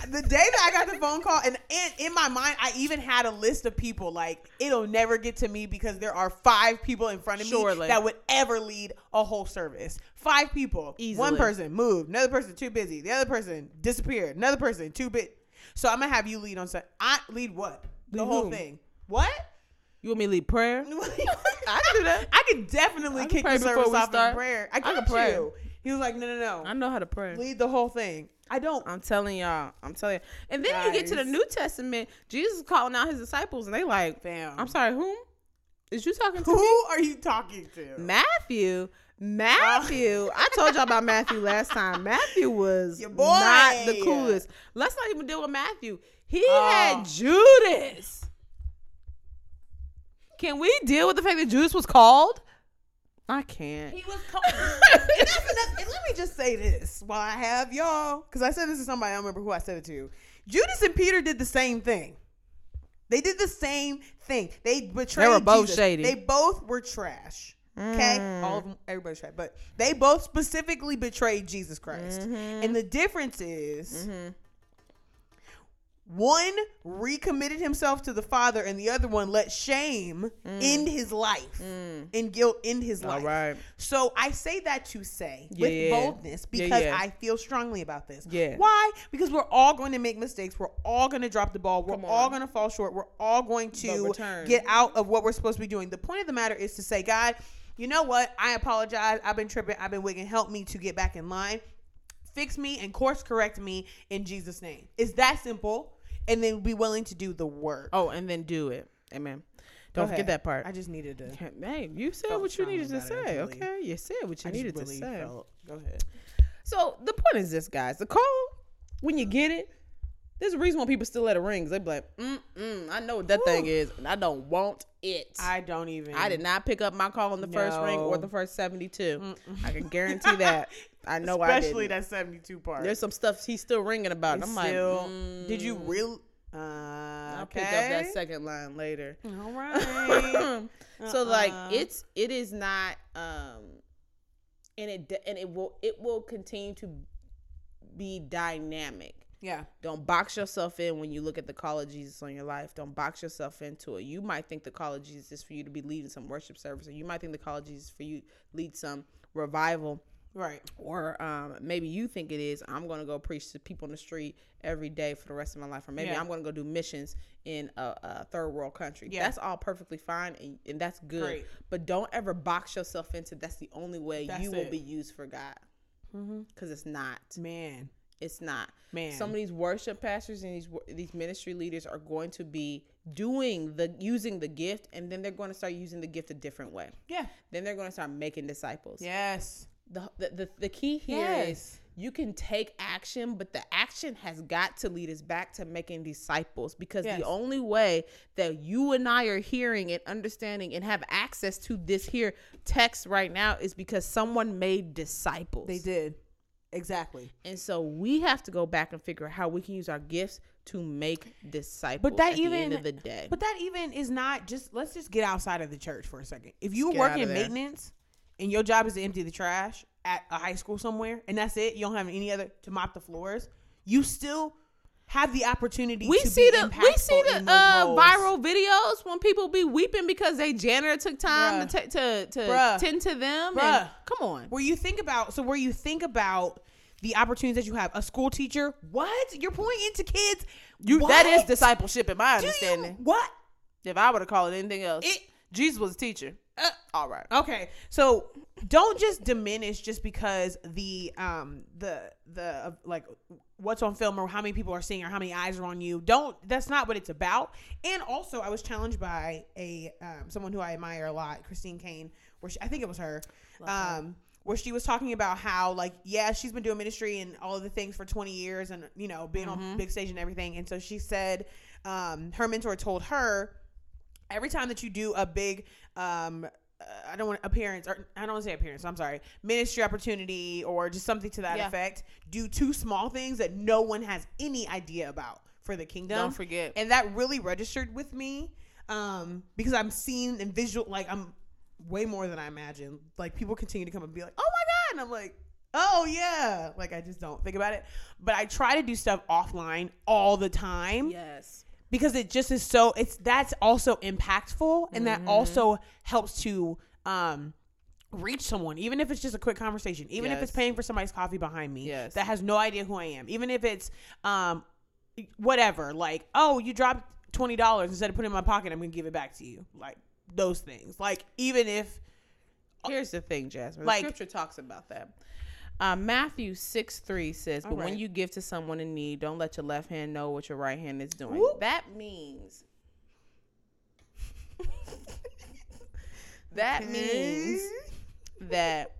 Speaker 2: the day that I got the phone call, and, and in my mind, I even had a list of people like it'll never get to me because there are five people in front of
Speaker 1: Surely.
Speaker 2: me that would ever lead a whole service. Five people,
Speaker 1: Easily.
Speaker 2: one person moved, another person too busy, the other person disappeared, another person too bit. So I'm gonna have you lead on. Sun- I lead what the
Speaker 1: Lead
Speaker 2: whole
Speaker 1: whom?
Speaker 2: thing. What?
Speaker 1: you want me to lead prayer?
Speaker 2: I
Speaker 1: do that.
Speaker 2: I could definitely
Speaker 1: I can
Speaker 2: kick
Speaker 1: pray
Speaker 2: the
Speaker 1: before
Speaker 2: service
Speaker 1: we
Speaker 2: off
Speaker 1: start.
Speaker 2: in prayer. I
Speaker 1: I can
Speaker 2: got
Speaker 1: pray.
Speaker 2: you. He was like, no, no,
Speaker 1: I
Speaker 2: no.
Speaker 1: know how to pray.
Speaker 2: Lead the whole thing. I don't.
Speaker 1: I'm telling y'all. I'm telling you. And then you get to the
Speaker 2: Guys.
Speaker 1: New Testament, Jesus is calling out his disciples and they like,
Speaker 2: Fam.
Speaker 1: I'm sorry, whom? Is you talking to
Speaker 2: Who
Speaker 1: me?
Speaker 2: are you talking to?
Speaker 1: Matthew. Matthew. I told y'all about Matthew last time. Matthew was
Speaker 2: Uh. Your boy.
Speaker 1: not the coolest. Let's not even deal with Matthew. He
Speaker 2: Oh.
Speaker 1: had Judas. Can we deal with the fact that Judas was called? I can't.
Speaker 5: He was cold.
Speaker 2: and, that's another- and let me just say this while I have y'all, because I said this to somebody, I don't remember who I said it to. Judas and Peter did the same thing. They did the same thing. They betrayed.
Speaker 1: They were both
Speaker 2: Jesus.
Speaker 1: shady. Mm.
Speaker 2: They both were trash. Okay, all of them, everybody's trash, but they both specifically betrayed Jesus Christ.
Speaker 1: Mm-hmm.
Speaker 2: And the difference is, one recommitted himself to the Father, and the other one let shame end his life and guilt end his life.
Speaker 1: Mm. right.
Speaker 2: So I say that to say
Speaker 1: Yeah.
Speaker 2: with boldness
Speaker 1: Yeah,
Speaker 2: because
Speaker 1: yeah.
Speaker 2: I feel strongly about this.
Speaker 1: Yeah.
Speaker 2: Why? Because we're all going to make mistakes. We're all going to drop the ball. We're all going to fall short. We're all going to
Speaker 1: return.
Speaker 2: get out of what we're supposed to be doing. The point of the matter is to say, God, you know what? I apologize. I've been tripping. I've been wigging. Help me to get back in line. Fix me and course correct me in Jesus' name. It's that simple. And then be willing to do the work.
Speaker 1: Oh, and then do it. Amen. Don't
Speaker 2: Go
Speaker 1: forget
Speaker 2: ahead.
Speaker 1: that part.
Speaker 2: I just needed to. I
Speaker 1: Hey, you said
Speaker 2: Felt
Speaker 1: what you needed to
Speaker 2: strongly about it,
Speaker 1: say.
Speaker 2: I believe.
Speaker 1: Okay, you said what you
Speaker 2: just
Speaker 1: needed
Speaker 2: really
Speaker 1: to say.
Speaker 2: felt- Go ahead.
Speaker 1: So the point is this, guys: the call when you get it. There's a reason why people still let it ring. 'cause They be like, mm mm, I know what that thing is, and I don't want it. I,
Speaker 2: I don't even.
Speaker 1: did not pick up my call on the first ring or
Speaker 2: No.
Speaker 1: the first 72. I can guarantee that. I know
Speaker 2: Especially
Speaker 1: I didn't.
Speaker 2: that 72 part.
Speaker 1: There's some stuff he's still ringing about.
Speaker 2: It's
Speaker 1: I'm like,
Speaker 2: still-
Speaker 1: mm,
Speaker 2: Did you really? Uh,
Speaker 1: I'll
Speaker 2: okay.
Speaker 1: pick up that second line later.
Speaker 2: All right.
Speaker 1: so like
Speaker 2: Uh-uh.
Speaker 1: it's it is not um and it de- and it will it will continue to be dynamic.
Speaker 2: Yeah.
Speaker 1: Don't box yourself in when you look at the call of Jesus on your life. Don't box yourself into it. You might think the call of Jesus is for you to be leading some worship service, or you might think the call of Jesus is for you to lead some revival,
Speaker 2: Right.
Speaker 1: or um, maybe you think it is. I'm going to go preach to people in the street every day for the rest of my life, or maybe
Speaker 2: Yeah.
Speaker 1: I'm going to go do missions in a, a third world country.
Speaker 2: Yeah.
Speaker 1: That's all perfectly fine, and, and that's good.
Speaker 2: Great.
Speaker 1: But don't ever box yourself into that's the only way
Speaker 2: That's
Speaker 1: you will
Speaker 2: it. Mm-hmm.
Speaker 1: be used for God, because it's not.
Speaker 2: Man.
Speaker 1: It's not.
Speaker 2: Man.
Speaker 1: Some of these worship pastors and these wor- these ministry leaders are going to be doing the using the gift, and then they're going to start using the gift a different way.
Speaker 2: Yeah.
Speaker 1: Then they're going to start making disciples.
Speaker 2: Yes.
Speaker 1: The, the, the, the key here is
Speaker 2: Yes.
Speaker 1: you can take action, but the action has got to lead us back to making disciples because
Speaker 2: Yes.
Speaker 1: the only way that you and I are hearing and understanding and have access to this here text right now is because someone made disciples.
Speaker 2: They did. Exactly.
Speaker 1: And so we have to go back and figure out how we can use our gifts to make disciples.
Speaker 2: But that
Speaker 1: at
Speaker 2: even
Speaker 1: the end of the day,
Speaker 2: But that even is not just let's just get outside of the church for a second. If you
Speaker 1: get
Speaker 2: work
Speaker 1: out
Speaker 2: in
Speaker 1: of there.
Speaker 2: maintenance and your job is to empty the trash at a high school somewhere and that's it, you don't have any other to mop the floors, you still have the opportunity
Speaker 1: we
Speaker 2: to
Speaker 1: see
Speaker 2: be
Speaker 1: the we see
Speaker 2: impactful
Speaker 1: the
Speaker 2: in those
Speaker 1: uh,
Speaker 2: roles.
Speaker 1: viral videos when people be weeping because they janitor took time
Speaker 2: Bruh.
Speaker 1: to ta- to to
Speaker 2: Bruh.
Speaker 1: tend to them. and-
Speaker 2: Bruh.
Speaker 1: come on,
Speaker 2: where you think about so where you think about the opportunities that you have. A school teacher, what? You're pointing to kids.
Speaker 5: You, that is
Speaker 2: What?
Speaker 5: discipleship in my
Speaker 2: Do you-
Speaker 5: understanding.
Speaker 2: what?
Speaker 5: if I would have called it anything else,
Speaker 2: It- Uh.
Speaker 5: Jesus was a teacher. All right.
Speaker 2: Okay, so don't just diminish just because the um the the uh, like what's on film or how many people are seeing or how many eyes are on you. Don't that's not what it's about. And also, I was challenged by a um, someone who I admire a lot, Christine Kane, where she, I think it was her. Um, where she was talking about how like yeah she's been doing ministry and all of the things for 20 years and you know being on big stage and everything and so she said um, her mentor told her every time that you do a big um uh, I don't want appearance or I don't want to say appearance. I'm sorry. Ministry opportunity or just something to that
Speaker 1: Yeah.
Speaker 2: effect. Do two small things that no one has any idea about for the kingdom.
Speaker 5: Don't forget.
Speaker 2: And that really registered with me um because I'm seeing and visual like I'm way more than I imagined. Like people continue to come and be like, "Oh my god." And I'm like, "Oh yeah." Like I just don't think about it. But I try to do stuff offline all the time
Speaker 1: yes,
Speaker 2: because it just is so it's that's also impactful
Speaker 5: Mm-hmm.
Speaker 2: and that also helps to um reach someone even if it's just a quick conversation even if it's
Speaker 5: Yes.
Speaker 2: paying for somebody's coffee behind me
Speaker 5: Yes.
Speaker 2: that has no idea who i am even if it's um whatever like oh you dropped $20 instead of putting it in my pocket i'm gonna give it back to you like those things like even if
Speaker 1: Here's the thing, Jasmine.
Speaker 2: Uh, Like-
Speaker 1: the scripture talks about that. Uh, Matthew 6 3 says, But when
Speaker 2: right.
Speaker 1: you give to someone in need, don't let your left hand know what your right hand is doing.
Speaker 2: Whoop.
Speaker 1: That means. that means
Speaker 5: Mm-hmm.
Speaker 1: that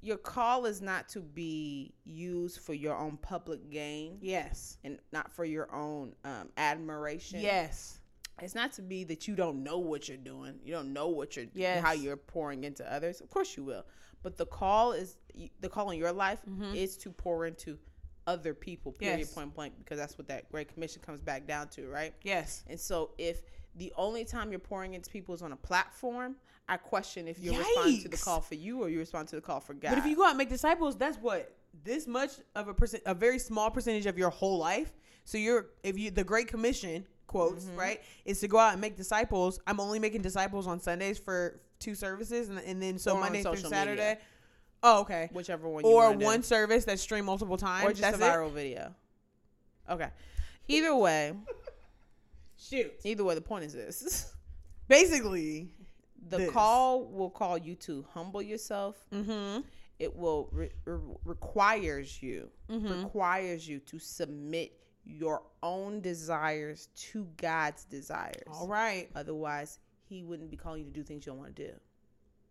Speaker 1: your call is not to be used for your own public gain
Speaker 2: yes
Speaker 1: and not for your own um, admiration
Speaker 2: yes
Speaker 1: it's not to be that you don't know what you're doing. You don't know what you're
Speaker 2: Yes.
Speaker 1: how you're pouring into others. Of course you will. But the call is the call on your life is to pour into other people. Period
Speaker 2: Mm-hmm. Yes.
Speaker 1: point blank because that's what that great commission comes back down to, right?
Speaker 2: yes
Speaker 1: And so if the only time you're pouring into people is on a platform, I question if you're responding to the
Speaker 2: Yikes.
Speaker 1: call for you or you respond to the call for God.
Speaker 2: But if you go out and make disciples, that's what this much of a percent, a very small percentage of your whole life. So you're, if you, the Great Commission quotes
Speaker 1: Mm-hmm.
Speaker 2: right is to go out and make disciples. I'm only making disciples on Sundays for two services, and, and then so
Speaker 1: Or on
Speaker 2: Monday through
Speaker 1: social
Speaker 2: Saturday.
Speaker 1: media.
Speaker 2: Oh, okay.
Speaker 1: whichever one you
Speaker 2: Or
Speaker 1: wanna do.
Speaker 2: one service that's streamed multiple times,
Speaker 1: or just
Speaker 2: that's
Speaker 1: a
Speaker 2: It?
Speaker 1: viral video. Okay. Either way,
Speaker 2: Shoot,
Speaker 1: either way the point is this.
Speaker 2: basically.
Speaker 1: the
Speaker 2: this.
Speaker 1: call will call you to humble yourself
Speaker 2: Mm-hmm.
Speaker 1: it will re- re- requires you
Speaker 2: Mm-hmm.
Speaker 1: requires you to submit your own desires to god's desires
Speaker 2: All right.
Speaker 1: otherwise he wouldn't be calling you to do things you don't want to do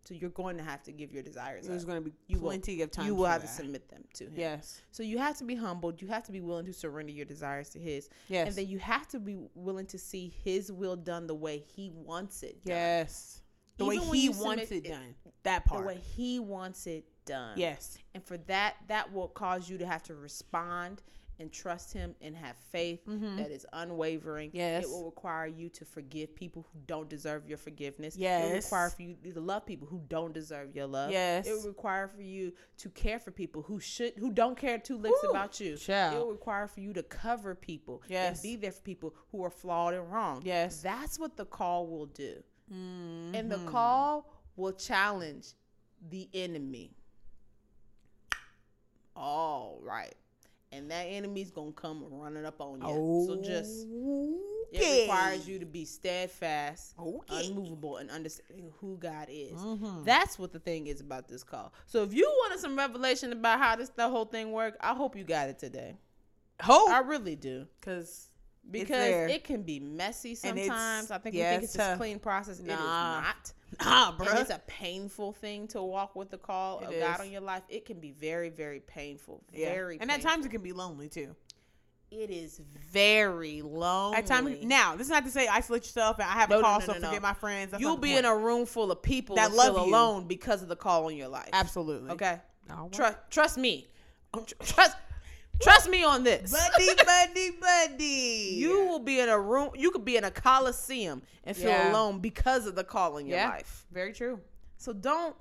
Speaker 1: so you're going to have to give your desires
Speaker 2: There's
Speaker 1: up.
Speaker 2: going to be
Speaker 1: You will-
Speaker 2: plenty of time.
Speaker 1: you will
Speaker 2: for
Speaker 1: have to
Speaker 2: that.
Speaker 1: submit them to him
Speaker 2: Yes.
Speaker 1: so you have to be humbled you have to be willing to surrender your desires to his
Speaker 2: Yes.
Speaker 1: and then you have to be willing to see his will done the way he wants it done.
Speaker 2: yes. The
Speaker 1: Even when
Speaker 2: way he
Speaker 1: you submit
Speaker 2: wants it
Speaker 1: it-
Speaker 2: done. That
Speaker 1: the
Speaker 2: part.
Speaker 1: way he wants it done
Speaker 2: yes.
Speaker 1: and for that that will cause you to have to respond and trust Him and have faith
Speaker 2: Mhm.
Speaker 1: that is unwavering.
Speaker 2: Yes.
Speaker 1: It will require you to forgive people who don't deserve your forgiveness. It will
Speaker 2: Yes.
Speaker 1: require for you to love people who don't deserve your love.
Speaker 2: Yes.
Speaker 1: It will require for you to care for people who should who don't care two licks about you.
Speaker 2: child.
Speaker 1: It will require for you to cover people
Speaker 2: Yes.
Speaker 1: and be there for people who are flawed and wrong.
Speaker 2: Yes.
Speaker 1: That's what the call will do. And
Speaker 2: Mm-hmm.
Speaker 1: the call will challenge the enemy. All right. And that enemy's gonna come running up on you. So just it requires you to be steadfast, unmovable, and understanding who God is.
Speaker 2: Mm-hmm.
Speaker 1: That's what the thing is about this call. So if you wanted some revelation about how this the whole thing works, I hope you got it today. I
Speaker 2: hope
Speaker 1: really do
Speaker 2: because there.
Speaker 1: because it can be messy
Speaker 2: And it's-
Speaker 1: sometimes. I think
Speaker 2: yeah,
Speaker 1: we think
Speaker 2: it's
Speaker 1: it's this
Speaker 2: tough.
Speaker 1: clean process. It is
Speaker 2: Nah.
Speaker 1: not.
Speaker 2: ah,
Speaker 1: And
Speaker 2: bruh.
Speaker 1: it's a painful thing to walk with the call of
Speaker 2: It
Speaker 1: God
Speaker 2: is.
Speaker 1: on your life. It can be very, very painful.
Speaker 2: Yeah.
Speaker 1: Very,
Speaker 2: and at times it can be lonely too.
Speaker 1: painful. it is very lonely.
Speaker 2: At times now, this is not to say isolate yourself and I have a
Speaker 1: No, no,
Speaker 2: call,
Speaker 1: no,
Speaker 2: so
Speaker 1: no,
Speaker 2: forget
Speaker 1: no.
Speaker 2: my friends. That's
Speaker 1: you'll
Speaker 2: not the
Speaker 1: be
Speaker 2: point.
Speaker 1: in a room full of people
Speaker 2: That
Speaker 1: that love
Speaker 2: love you.
Speaker 1: alone because of the call on your life.
Speaker 2: absolutely
Speaker 1: Okay.
Speaker 2: All right.
Speaker 1: Trust, trust me. Trust, trust me on this.
Speaker 2: buddy, buddy, buddy.
Speaker 1: You will be in a room. You could be in a coliseum and feel
Speaker 2: Yeah.
Speaker 1: alone because of the call on your
Speaker 2: Yeah.
Speaker 1: life.
Speaker 2: very true.
Speaker 1: So don't.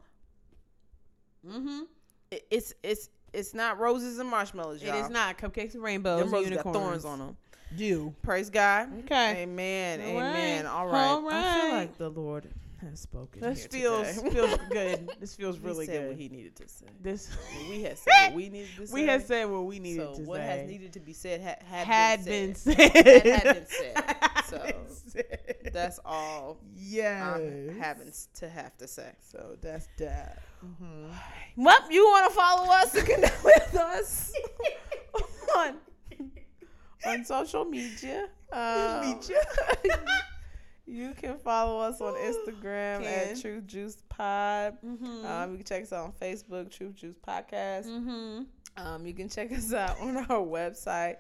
Speaker 2: Mm-hmm.
Speaker 1: it- It's it's it's not roses and marshmallows.
Speaker 2: It
Speaker 1: y'all.
Speaker 2: is not cupcakes and rainbows.
Speaker 1: Them
Speaker 2: and
Speaker 1: roses got
Speaker 2: unicorns
Speaker 1: thorns on them.
Speaker 2: You.
Speaker 1: Praise God.
Speaker 2: Okay.
Speaker 1: Amen.
Speaker 2: All
Speaker 1: amen.
Speaker 2: right.
Speaker 1: All right.
Speaker 2: All
Speaker 1: I feel
Speaker 2: right.
Speaker 1: like the Lord has spoken.
Speaker 2: This
Speaker 1: here
Speaker 2: feels
Speaker 1: today.
Speaker 2: feels good. This feels
Speaker 1: He
Speaker 2: really
Speaker 1: said
Speaker 2: good.
Speaker 1: What he needed to say.
Speaker 2: this
Speaker 1: We had said what we needed to say.
Speaker 2: we had said what we needed
Speaker 1: so
Speaker 2: to
Speaker 1: what
Speaker 2: say.
Speaker 1: has needed to be said ha- had,
Speaker 2: had
Speaker 1: been,
Speaker 2: been
Speaker 1: said.
Speaker 2: said.
Speaker 1: Had- had been said.
Speaker 2: Had been
Speaker 1: So,
Speaker 2: said.
Speaker 1: That's all I'm
Speaker 2: yes.
Speaker 1: having s- to have to say.
Speaker 2: So that's that. Mm-hmm.
Speaker 1: Well, you want to follow us and connect with us on, on social media. Um, you can follow us on Instagram
Speaker 2: Can.
Speaker 1: at Truth Juice Pod.
Speaker 2: Mm-hmm.
Speaker 1: Um, you can check us out on Facebook, Truth Juice Podcast.
Speaker 2: mm-hmm.
Speaker 1: Um, you can check us out on our website,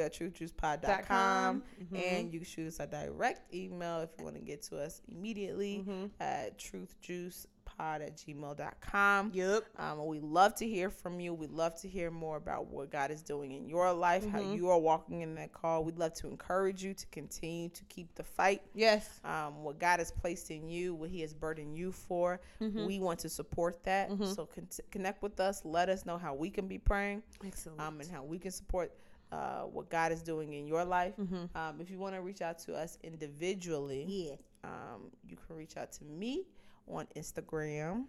Speaker 1: www.truthjuicepod.com.
Speaker 2: Mm-hmm.
Speaker 1: And you can shoot us a direct email if you want to get to us immediately
Speaker 2: Mm-hmm.
Speaker 1: at truthjuicepod at gmail.com.
Speaker 2: Yep.
Speaker 1: Um, we love to hear from you. We love to hear more about what God is doing in your life,
Speaker 2: Mm-hmm.
Speaker 1: how you are walking in that call. We'd love to encourage you to continue to keep the fight.
Speaker 2: Yes.
Speaker 1: Um, what God has placed in you, what He has burdened you for,
Speaker 2: Mm-hmm.
Speaker 1: we want to support that. So con- connect with us. Let us know how we can be praying
Speaker 2: Excellent.
Speaker 1: um, and how we can support uh, what God is doing in your life.
Speaker 2: Mm-hmm.
Speaker 1: Um, if you want to reach out to us individually, um, you can reach out to me on Instagram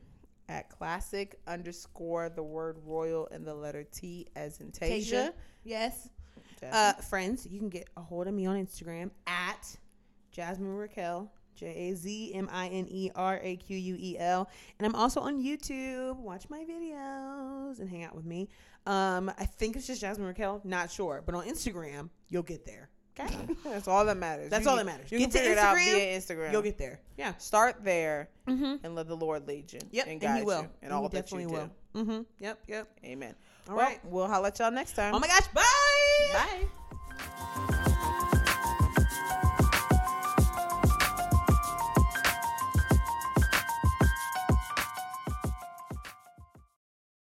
Speaker 1: at classic underscore the word royal and the letter T as in Tasia.
Speaker 2: Tasia. Yes. Uh,
Speaker 1: Jasmine.
Speaker 2: friends, you can get a hold of me on Instagram at Jasmine Raquel, J A Z M I N E R A Q U E L. And I'm also on YouTube. Watch my videos and hang out with me. Um, I think it's just Jasmine Raquel. Not sure. But on Instagram, you'll get there. Okay?
Speaker 1: that's all that matters.
Speaker 2: That's
Speaker 1: You
Speaker 2: all
Speaker 1: can-
Speaker 2: that matters.
Speaker 1: You
Speaker 2: Get to
Speaker 1: can figure it out
Speaker 2: Instagram,
Speaker 1: via Instagram.
Speaker 2: You'll get there. Yeah.
Speaker 1: Start there
Speaker 2: Mm-hmm.
Speaker 1: and let the Lord lead you.
Speaker 2: Yep.
Speaker 1: and
Speaker 2: And,
Speaker 1: guide
Speaker 2: he will.
Speaker 1: you and all
Speaker 2: he
Speaker 1: that you
Speaker 2: definitely
Speaker 1: do.
Speaker 2: will. Mm-hmm. Yep. Yep.
Speaker 1: Amen.
Speaker 2: All
Speaker 1: All well,
Speaker 2: right.
Speaker 1: We'll holler at y'all next time.
Speaker 2: Oh my gosh. Bye.
Speaker 1: Bye.